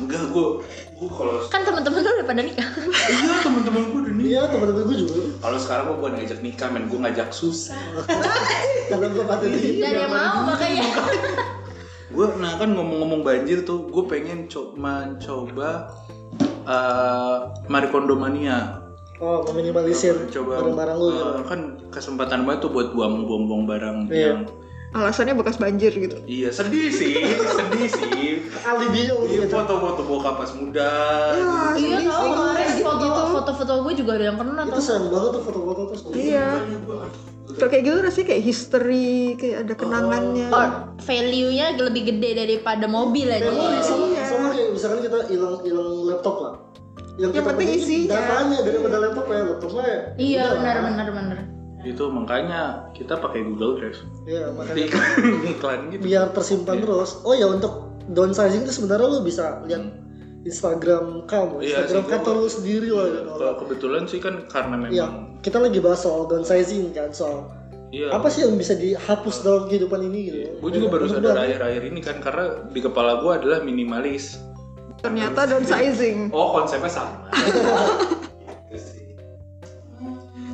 Speaker 3: Enggak, gua gua kalau
Speaker 1: kan teman-teman lu udah pada nikah
Speaker 3: iya teman-teman gua udah nikah.
Speaker 2: iya teman-teman gue juga
Speaker 3: Kalau sekarang gua bukan ngajak nikah, men, gua ngajak susah.
Speaker 2: karena gue patut di
Speaker 1: dan yang mau Iya, makanya Iya,
Speaker 3: Gua nah kan ngomong-ngomong banjir tuh, gua pengen co- mencoba eh marikondomania.
Speaker 2: oh meminimalisir
Speaker 3: coba
Speaker 2: barang-barang lu ya.
Speaker 3: eh, kan kesempatan banget tuh buat gua bombong barang
Speaker 2: Iya.
Speaker 3: yang
Speaker 4: alasannya bekas banjir gitu
Speaker 3: iya sedih sih, sedih sih.
Speaker 2: alibi lu
Speaker 3: Iya
Speaker 2: gitu
Speaker 3: foto-foto bokap pas muda.
Speaker 4: Ah,
Speaker 1: iya
Speaker 4: sedih
Speaker 1: tau
Speaker 4: sih kalau
Speaker 1: kemarin
Speaker 4: kayak
Speaker 1: foto
Speaker 4: gitu.
Speaker 1: foto foto gue juga ada yang kena
Speaker 2: itu
Speaker 1: tau
Speaker 2: sayang banget tuh foto-foto terus
Speaker 4: iya
Speaker 3: Iya, gua-
Speaker 4: kalau kayak gitu rasanya kayak history kayak ada kenangannya
Speaker 1: oh, value nya lebih gede daripada mobil aja
Speaker 2: Memori sama,
Speaker 4: Iya.
Speaker 2: sama kayak misalkan kita hilang hilang laptop lah. Yang,
Speaker 4: Yang
Speaker 2: kita
Speaker 4: penting
Speaker 2: pentingin
Speaker 4: isinya.
Speaker 2: Datanya daripada laptop ya, laptopnya. ya,
Speaker 1: iya
Speaker 2: udah lah.
Speaker 1: benar benar benar
Speaker 3: Itu Gitu, makanya kita pakai Google Drive.
Speaker 2: Iya, makanya
Speaker 3: Iklan gitu.
Speaker 2: biar tersimpan terus. Oh ya untuk downsizing itu sebenarnya lo bisa lihat Instagram kamu,
Speaker 3: Iya,
Speaker 2: Instagram
Speaker 3: sih,
Speaker 2: kantor
Speaker 3: gua-
Speaker 2: lo sendiri lah gitu.
Speaker 3: Kalau kebetulan sih kan karena
Speaker 2: Iya,
Speaker 3: memang
Speaker 2: kita lagi bahas soal downsizing kan soal
Speaker 3: iya.
Speaker 2: apa sih yang bisa dihapus dalam kehidupan ini gitu.
Speaker 3: Gue juga baru
Speaker 2: Bener.
Speaker 3: sadar akhir-akhir ini kan karena di kepala gue adalah minimalis.
Speaker 4: ternyata downsizing
Speaker 3: Oh konsepnya sama.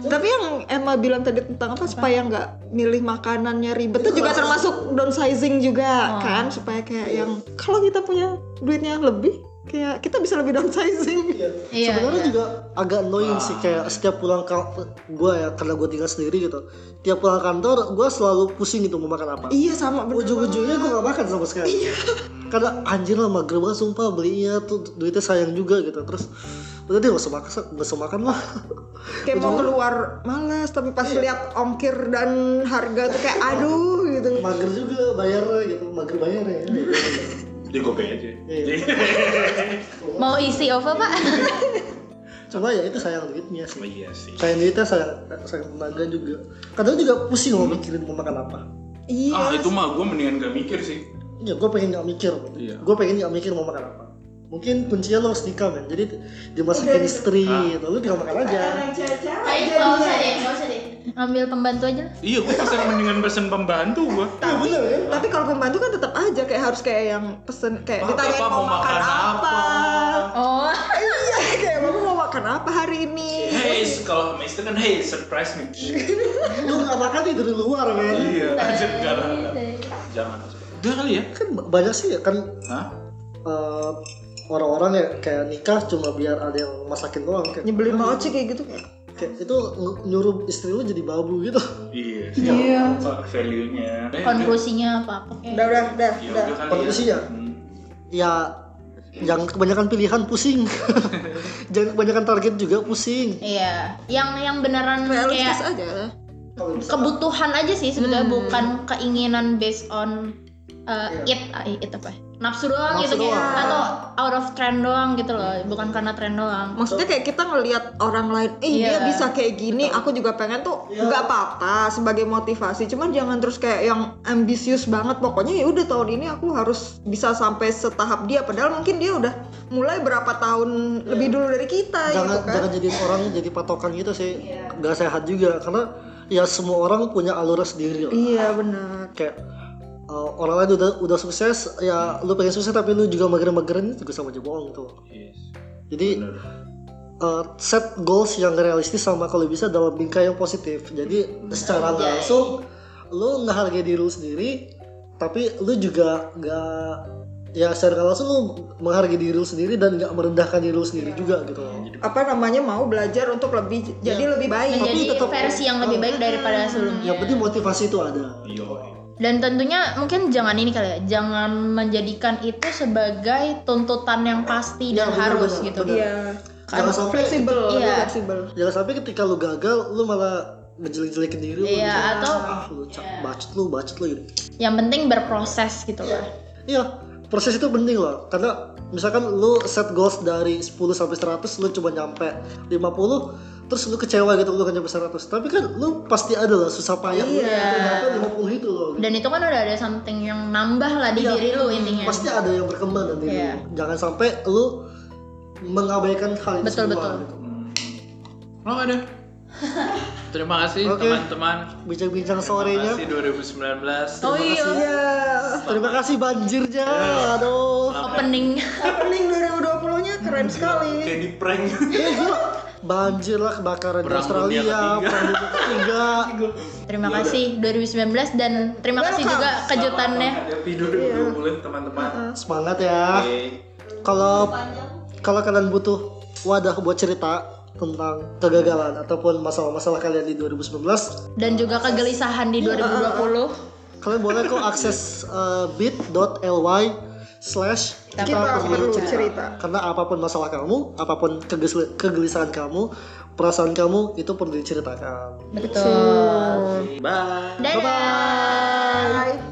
Speaker 4: tapi yang Emma bilang tadi tentang apa supaya nggak milih makanannya ribet itu juga termasuk downsizing juga kan supaya kayak yang kalau kita punya duitnya lebih kayak kita bisa lebih downsizing
Speaker 2: Iya.
Speaker 1: Iya,
Speaker 2: Sebenarnya
Speaker 1: iya.
Speaker 2: juga agak annoying sih kayak setiap pulang ke gue ya karena gue tinggal sendiri gitu. Tiap pulang kantor gue selalu pusing gitu mau makan apa.
Speaker 4: iya sama bener
Speaker 2: Ujung-ujungnya gue gak makan sama sekali. Karena anjir lah mager banget sumpah belinya tuh duitnya sayang juga gitu. Terus udah deh gak usah makan, gak usah makan lah.
Speaker 4: kayak mau keluar malas tapi pas lihat ongkir dan harga tuh kayak aduh gitu
Speaker 2: Mager juga bayarnya gitu, mager bayarnya. ya.
Speaker 3: Di GoPay aja.
Speaker 2: Iya.
Speaker 1: mau isi over pak
Speaker 2: Cuma ya itu sayang duitnya
Speaker 3: Oh
Speaker 2: sih.
Speaker 3: iya sih.
Speaker 2: Sayang duitnya sayang, sayang tenaga juga. Kadang juga pusing mau mikirin mau makan apa.
Speaker 4: iya
Speaker 3: Ah itu mah gue mendingan gak mikir sih.
Speaker 2: ya gue pengen nggak mikir
Speaker 3: Iya.
Speaker 2: gue pengen nggak mikir mau makan apa mungkin kuncinya lo harus nikah men jadi dimasakin istri
Speaker 3: Ah.
Speaker 2: gitu lo tinggal makan
Speaker 1: Ayo,
Speaker 2: aja
Speaker 1: nggak usah deh nggak usah deh ambil pembantu aja lah
Speaker 3: Iya gue pesan mendingan pesan pembantu gue.
Speaker 2: ya bener kan
Speaker 4: tapi kalau pembantu kan tetap aja kayak harus kayak yang pesen kayak ditanyain
Speaker 3: Bapak
Speaker 4: mau makan apa
Speaker 1: oh
Speaker 4: iya kayak mama mau makan apa hari ini
Speaker 3: Hey, kalau sama istri kan hey surprise me.
Speaker 2: lo nggak makan nih dari luar men
Speaker 3: Iya. Anjir, nggak, nggak, nggak.
Speaker 1: Iya.
Speaker 3: Jangan. Udah kali ya.
Speaker 2: kan ba- banyak sih ya kan
Speaker 3: Hah?
Speaker 2: eh, orang-orang ya kayak nikah cuma biar ada yang masakin doang kayak,
Speaker 4: nyebelin banget sih kayak gitu
Speaker 2: kayak itu ng- nyuruh istri lo jadi babu gitu
Speaker 3: Iya.
Speaker 4: Iya.
Speaker 3: Value-nya. Eh,
Speaker 1: konklusinya apa apa
Speaker 4: udah udah udah
Speaker 3: Ya
Speaker 4: Iya, udah
Speaker 3: udah kali
Speaker 2: Konklusinya?
Speaker 3: Hmm.
Speaker 2: ya jangan kebanyakan pilihan pusing jangan kebanyakan target juga pusing
Speaker 1: iya yang yang beneran
Speaker 4: realistis
Speaker 1: kayak
Speaker 4: aja
Speaker 2: Kan
Speaker 1: kebutuhan aja sih sebetulnya bukan keinginan based on uh, it ah, it apa ya? nafsu doang
Speaker 2: Iya. Nafsu
Speaker 1: gitu
Speaker 2: doang.
Speaker 1: kayak atau out of trend doang gitu loh bukan karena trend doang
Speaker 4: maksudnya kayak kita ngelihat orang lain eh dia
Speaker 1: Iya.
Speaker 4: bisa kayak gini aku juga pengen tuh
Speaker 2: Iya.
Speaker 4: nggak apa-apa sebagai motivasi cuman jangan terus kayak yang ambisius banget pokoknya ya udah tahun ini aku harus bisa sampai setahap dia padahal mungkin dia udah mulai berapa tahun lebih dulu dari kita
Speaker 2: jangan
Speaker 4: gitu kan Iya.
Speaker 2: jangan jadiin orang jadi patokan gitu sih nggak sehat juga karena ya semua orang punya alurnya sendiri lah
Speaker 4: iya benar
Speaker 2: kayak uh, orang lain udah udah sukses ya lu pengen sukses tapi lu juga mager-magerin itu juga sama aja bohong tuh
Speaker 3: Yes.
Speaker 2: jadi
Speaker 3: Bener.
Speaker 2: uh, set goals yang realistis sama kalau bisa dalam bingkai yang positif jadi secara
Speaker 4: Iya,
Speaker 2: langsung lu ngehargai diri lu sendiri tapi lu juga nggak ya secara nggak langsung lu menghargai diri lu sendiri dan nggak merendahkan diri lu
Speaker 4: Iya.
Speaker 2: sendiri juga gitu loh
Speaker 4: apa namanya mau belajar untuk lebih jadi lebih baik
Speaker 2: Tapi
Speaker 1: menjadi
Speaker 2: tetap-
Speaker 1: versi yang lebih baik
Speaker 2: Hmm.
Speaker 1: daripada sebelumnya
Speaker 2: yang penting motivasi itu ada
Speaker 3: Yo.
Speaker 1: dan tentunya mungkin jangan ini kali ya jangan menjadikan itu sebagai tuntutan yang pasti
Speaker 2: Iya,
Speaker 1: dan
Speaker 2: benar,
Speaker 1: harus
Speaker 2: benar,
Speaker 1: gitu
Speaker 2: benar.
Speaker 4: iya
Speaker 2: jangan sampai
Speaker 4: fleksibel
Speaker 1: Iya.
Speaker 4: lebih fleksibel
Speaker 2: jangan sampai ketika lu gagal lu malah ngejelek-jelekin diri lu,
Speaker 1: Iya,
Speaker 2: ngejelek,
Speaker 1: atau-
Speaker 2: ah, lu cak-
Speaker 1: iya.
Speaker 2: bacot lu, bacot lu gitu.
Speaker 1: yang penting berproses gitu loh
Speaker 2: Iya, proses itu penting loh. Karena misalkan lu set goals dari 10 sampai 100, lu cuma nyampe 50, terus lu kecewa gitu lu gak nyampe 100. Tapi kan lu pasti ada lah susah payah lu
Speaker 4: Iya.
Speaker 2: ternyata 50 itu loh.
Speaker 1: dan itu kan udah ada something yang nambah lah di
Speaker 2: Iya.
Speaker 1: diri lu intinya
Speaker 2: Pasti ada yang berkembang nanti.
Speaker 1: Iya.
Speaker 2: lu. Jangan sampai lu mengabaikan hal itu
Speaker 1: Betul,
Speaker 2: semua.
Speaker 1: betul.
Speaker 2: gitu.
Speaker 3: Hmm.
Speaker 5: Oh ada. Terima kasih
Speaker 2: Oke.
Speaker 5: teman-teman.
Speaker 2: Bincang-bincang
Speaker 5: Terima
Speaker 2: sorenya.
Speaker 5: kasih 2019.
Speaker 1: oh iya
Speaker 4: Iya,
Speaker 2: Terima kasih banjirnya.
Speaker 5: Ya.
Speaker 2: Aduh.
Speaker 1: opening
Speaker 4: opening 2020-nya keren sekali.
Speaker 3: Kayak di prank.
Speaker 2: Eh, gila. Banjir lah kebakaran di
Speaker 5: Perang
Speaker 2: Australia,
Speaker 5: dunia ketiga.
Speaker 2: perang dunia ketiga.
Speaker 1: terima kasih 2019 dan terima kasih
Speaker 4: Welcome.
Speaker 1: juga kejutannya
Speaker 3: Hadapi 2020 teman-teman.
Speaker 2: Semangat ya.
Speaker 3: Oke.
Speaker 2: Kalau kalau kalian butuh wadah buat cerita tentang kegagalan ataupun masalah-masalah kalian di 2019,
Speaker 1: dan juga kegelisahan di 2020
Speaker 2: kalian boleh kok akses eh, bit.ly slash
Speaker 4: Kita perlu cerita.
Speaker 2: karena apapun masalah kamu, apapun keges- kegelisahan kamu, perasaan kamu itu perlu diceritakan.
Speaker 1: betul
Speaker 5: Bye.
Speaker 1: dadah
Speaker 4: Bye.
Speaker 3: ya?